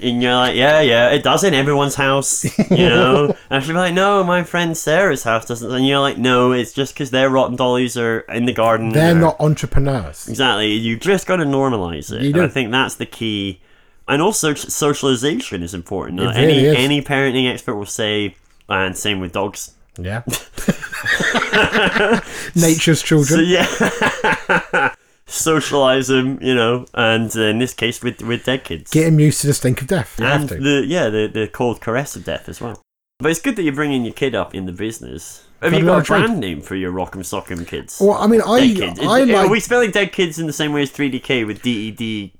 Speaker 1: and you're like, yeah, yeah, it does in everyone's house, you know. and she'd be like, no, my friend Sarah's house doesn't. And you're like, no, it's just because their rotten dollies are in the garden.
Speaker 2: They're
Speaker 1: or-
Speaker 2: not entrepreneurs.
Speaker 1: Exactly. You just got to normalize it.
Speaker 2: You
Speaker 1: And
Speaker 2: do.
Speaker 1: I think that's the key. And also, s- socialization is important.
Speaker 2: It
Speaker 1: Like,
Speaker 2: really
Speaker 1: any
Speaker 2: is.
Speaker 1: any parenting expert will say, and same with dogs.
Speaker 2: Yeah. Nature's
Speaker 1: So
Speaker 2: children.
Speaker 1: yeah, socialize them, you know. And uh, in this case, with with dead kids.
Speaker 2: Get him used to the stink of death. You have
Speaker 1: and
Speaker 2: to.
Speaker 1: the yeah, the the cold caress of death as well. But it's good that you're bringing your kid up in the business. Have
Speaker 2: Got
Speaker 1: you
Speaker 2: a lot
Speaker 1: got a
Speaker 2: of trade.
Speaker 1: brand name for your Rock'em Sock'em kids?
Speaker 2: well, I mean, I,
Speaker 1: dead kids. Is-
Speaker 2: I like.
Speaker 1: Are we spelling dead kids in the same way as 3DK with E D-E-D?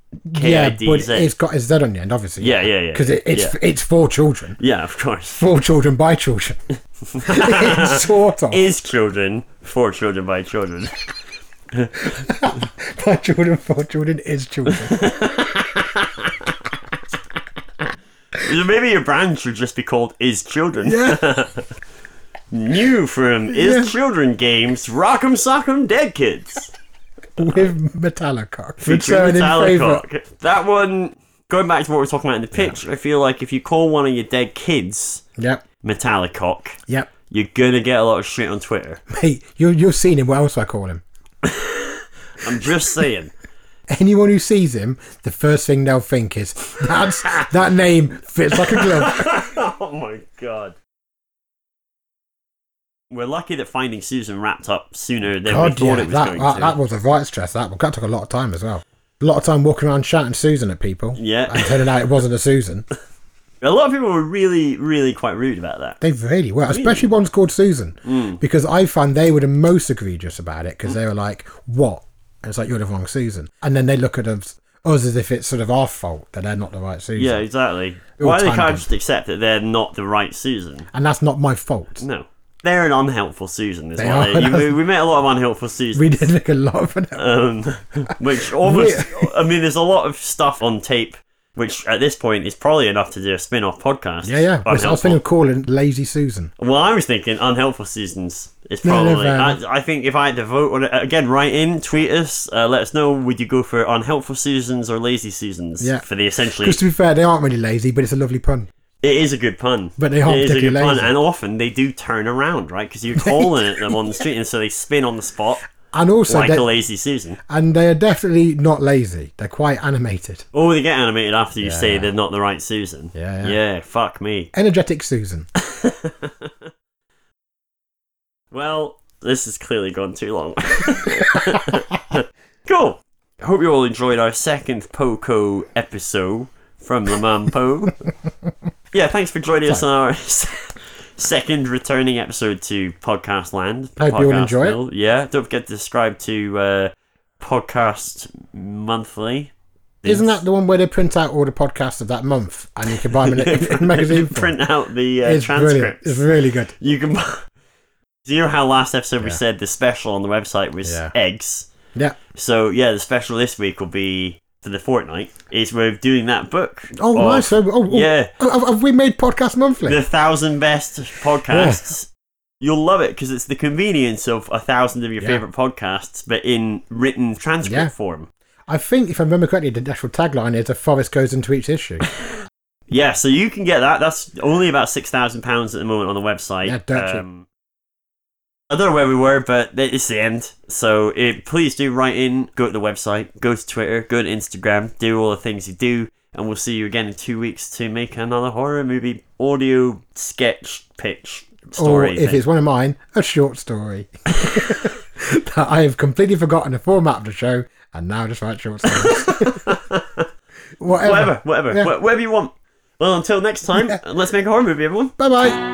Speaker 2: yeah, but
Speaker 1: K-I-D-Z?
Speaker 2: it's got a Z on the end, obviously.
Speaker 1: Yeah, yeah, yeah,
Speaker 2: Because it,
Speaker 1: yeah.
Speaker 2: it's it's for children,
Speaker 1: Yeah, of course.
Speaker 2: for children by children. it's sort of
Speaker 1: Is children for children by children.
Speaker 2: by children for children is children.
Speaker 1: Maybe your brand should just be called Is Children.
Speaker 2: yeah,
Speaker 1: New from Is Children Games, Rock'em Sock'em Dead Kids.
Speaker 2: with Metallica.
Speaker 1: Featuring
Speaker 2: Return uh, in favour.
Speaker 1: Metallicock. That one, going back to what we were talking about in the pitch, I feel like if you call one of your dead kids
Speaker 2: Yep,
Speaker 1: Metallicock,
Speaker 2: yep.
Speaker 1: you're gonna get a lot of shit on Twitter.
Speaker 2: Hey, you you've seen him. What else do I call him?
Speaker 1: I'm just saying.
Speaker 2: Anyone who sees him, the first thing they'll think is that's that name fits like a glove.
Speaker 1: oh my god. We're lucky that Finding Susan wrapped up sooner than we
Speaker 2: God,
Speaker 1: thought
Speaker 2: yeah,
Speaker 1: it was
Speaker 2: that,
Speaker 1: going
Speaker 2: that,
Speaker 1: to.
Speaker 2: that was a right stress. That one. That took a lot of time as well. A lot of time walking around shouting Susan at people.
Speaker 1: Yeah.
Speaker 2: and turning out it wasn't a Susan.
Speaker 1: A lot of people were really, really quite rude about that.
Speaker 2: They really were, especially ones called Susan,
Speaker 1: Mm.
Speaker 2: because I found they were the most egregious about it because they were like, "What?" And it's like you're the wrong Susan, and then they look at us, us as if it's sort of our fault that they're not the right Susan,
Speaker 1: Yeah, exactly.
Speaker 2: All
Speaker 1: Why they
Speaker 2: time
Speaker 1: can't
Speaker 2: dump.
Speaker 1: just accept that they're not the right Susan?
Speaker 2: and that's not my fault.
Speaker 1: No. They're an unhelpful Susan. Is
Speaker 2: They
Speaker 1: what
Speaker 2: are.
Speaker 1: they, you- we, we met a lot of unhelpful Susans.
Speaker 2: We did look a lot for them.
Speaker 1: um, which almost, I mean, there's a lot of stuff on tape, which at this point is probably enough to do a spin off podcast.
Speaker 2: yeah, yeah. I was, I was
Speaker 1: Unhelpful.
Speaker 2: thinking of calling Lazy Susan.
Speaker 1: Well, I was thinking unhelpful seasons is
Speaker 2: No, no,
Speaker 1: probably.
Speaker 2: fair enough.
Speaker 1: I, I think if I had to vote on it again, write in, tweet us, uh, let us know. Would you go for unhelpful seasons or lazy seasons?
Speaker 2: Yeah.
Speaker 1: For the essentially,
Speaker 2: Because to be fair, they aren't really lazy, but it's a lovely pun.
Speaker 1: it is a good pun.
Speaker 2: But they aren't
Speaker 1: It is a good
Speaker 2: particularly
Speaker 1: pun,
Speaker 2: lazy.
Speaker 1: and often they do turn around, right? Because you're calling at them on the street, and so they spin on the spot
Speaker 2: And also,
Speaker 1: like
Speaker 2: they,
Speaker 1: a lazy Susan.
Speaker 2: and they are definitely not lazy. They're quite animated,
Speaker 1: Oh, they get animated after you say they're not the right Susan.
Speaker 2: Yeah, yeah.
Speaker 1: Yeah. Fuck me.
Speaker 2: energetic Susan.
Speaker 1: Well, this has clearly gone too long. cool. I hope you all enjoyed our second Poco episode from Le Mans Po. yeah, thanks for joining us on our second returning episode to Podcast Land.
Speaker 2: Hope you all
Speaker 1: Podcast
Speaker 2: enjoy it.
Speaker 1: Mill. Yeah, don't forget to subscribe to uh, Podcast Monthly.
Speaker 2: Isn't that the one where they print out all the podcasts of that month and you can buy them in a- in a magazine? form?
Speaker 1: Print out the uh,
Speaker 2: it's brilliant.
Speaker 1: transcripts.
Speaker 2: It's really good.
Speaker 1: You can. buy- Do you know how last episode we
Speaker 2: Yeah.
Speaker 1: said the special on the website was
Speaker 2: Yeah.
Speaker 1: eggs?
Speaker 2: Yeah.
Speaker 1: So yeah, the special this week will be for the fortnight. Is we're doing that book.
Speaker 2: Oh,
Speaker 1: of
Speaker 2: nice. So, oh, oh,
Speaker 1: Yeah.
Speaker 2: Have, have we made podcast monthly?
Speaker 1: The thousand best podcasts. You'll love it because it's the convenience of a thousand of your
Speaker 2: Yeah.
Speaker 1: favorite podcasts, but in written transcript
Speaker 2: Yeah.
Speaker 1: form.
Speaker 2: I think, if I remember correctly, the actual tagline is "A forest goes into each issue."
Speaker 1: Yeah, so you can get that. That's only about six thousand pounds at the moment on the website.
Speaker 2: Yeah, dirt cheap.
Speaker 1: Um, I don't know where we were, but th- it's the end. So it, please do write in, go to the website, go to Twitter, go to Instagram, do all the things you do, and we'll see you again in two weeks to make another horror movie audio sketch pitch
Speaker 2: or,
Speaker 1: story.
Speaker 2: if
Speaker 1: thing.
Speaker 2: it's one of mine, a short story. that I have completely forgotten the format of the show, and now just write short stories. Whatever.
Speaker 1: whatever, whatever,
Speaker 2: Yeah.
Speaker 1: wh- whatever you want. Well, until next time,
Speaker 2: Yeah.
Speaker 1: let's make a horror movie, everyone.
Speaker 2: Bye bye.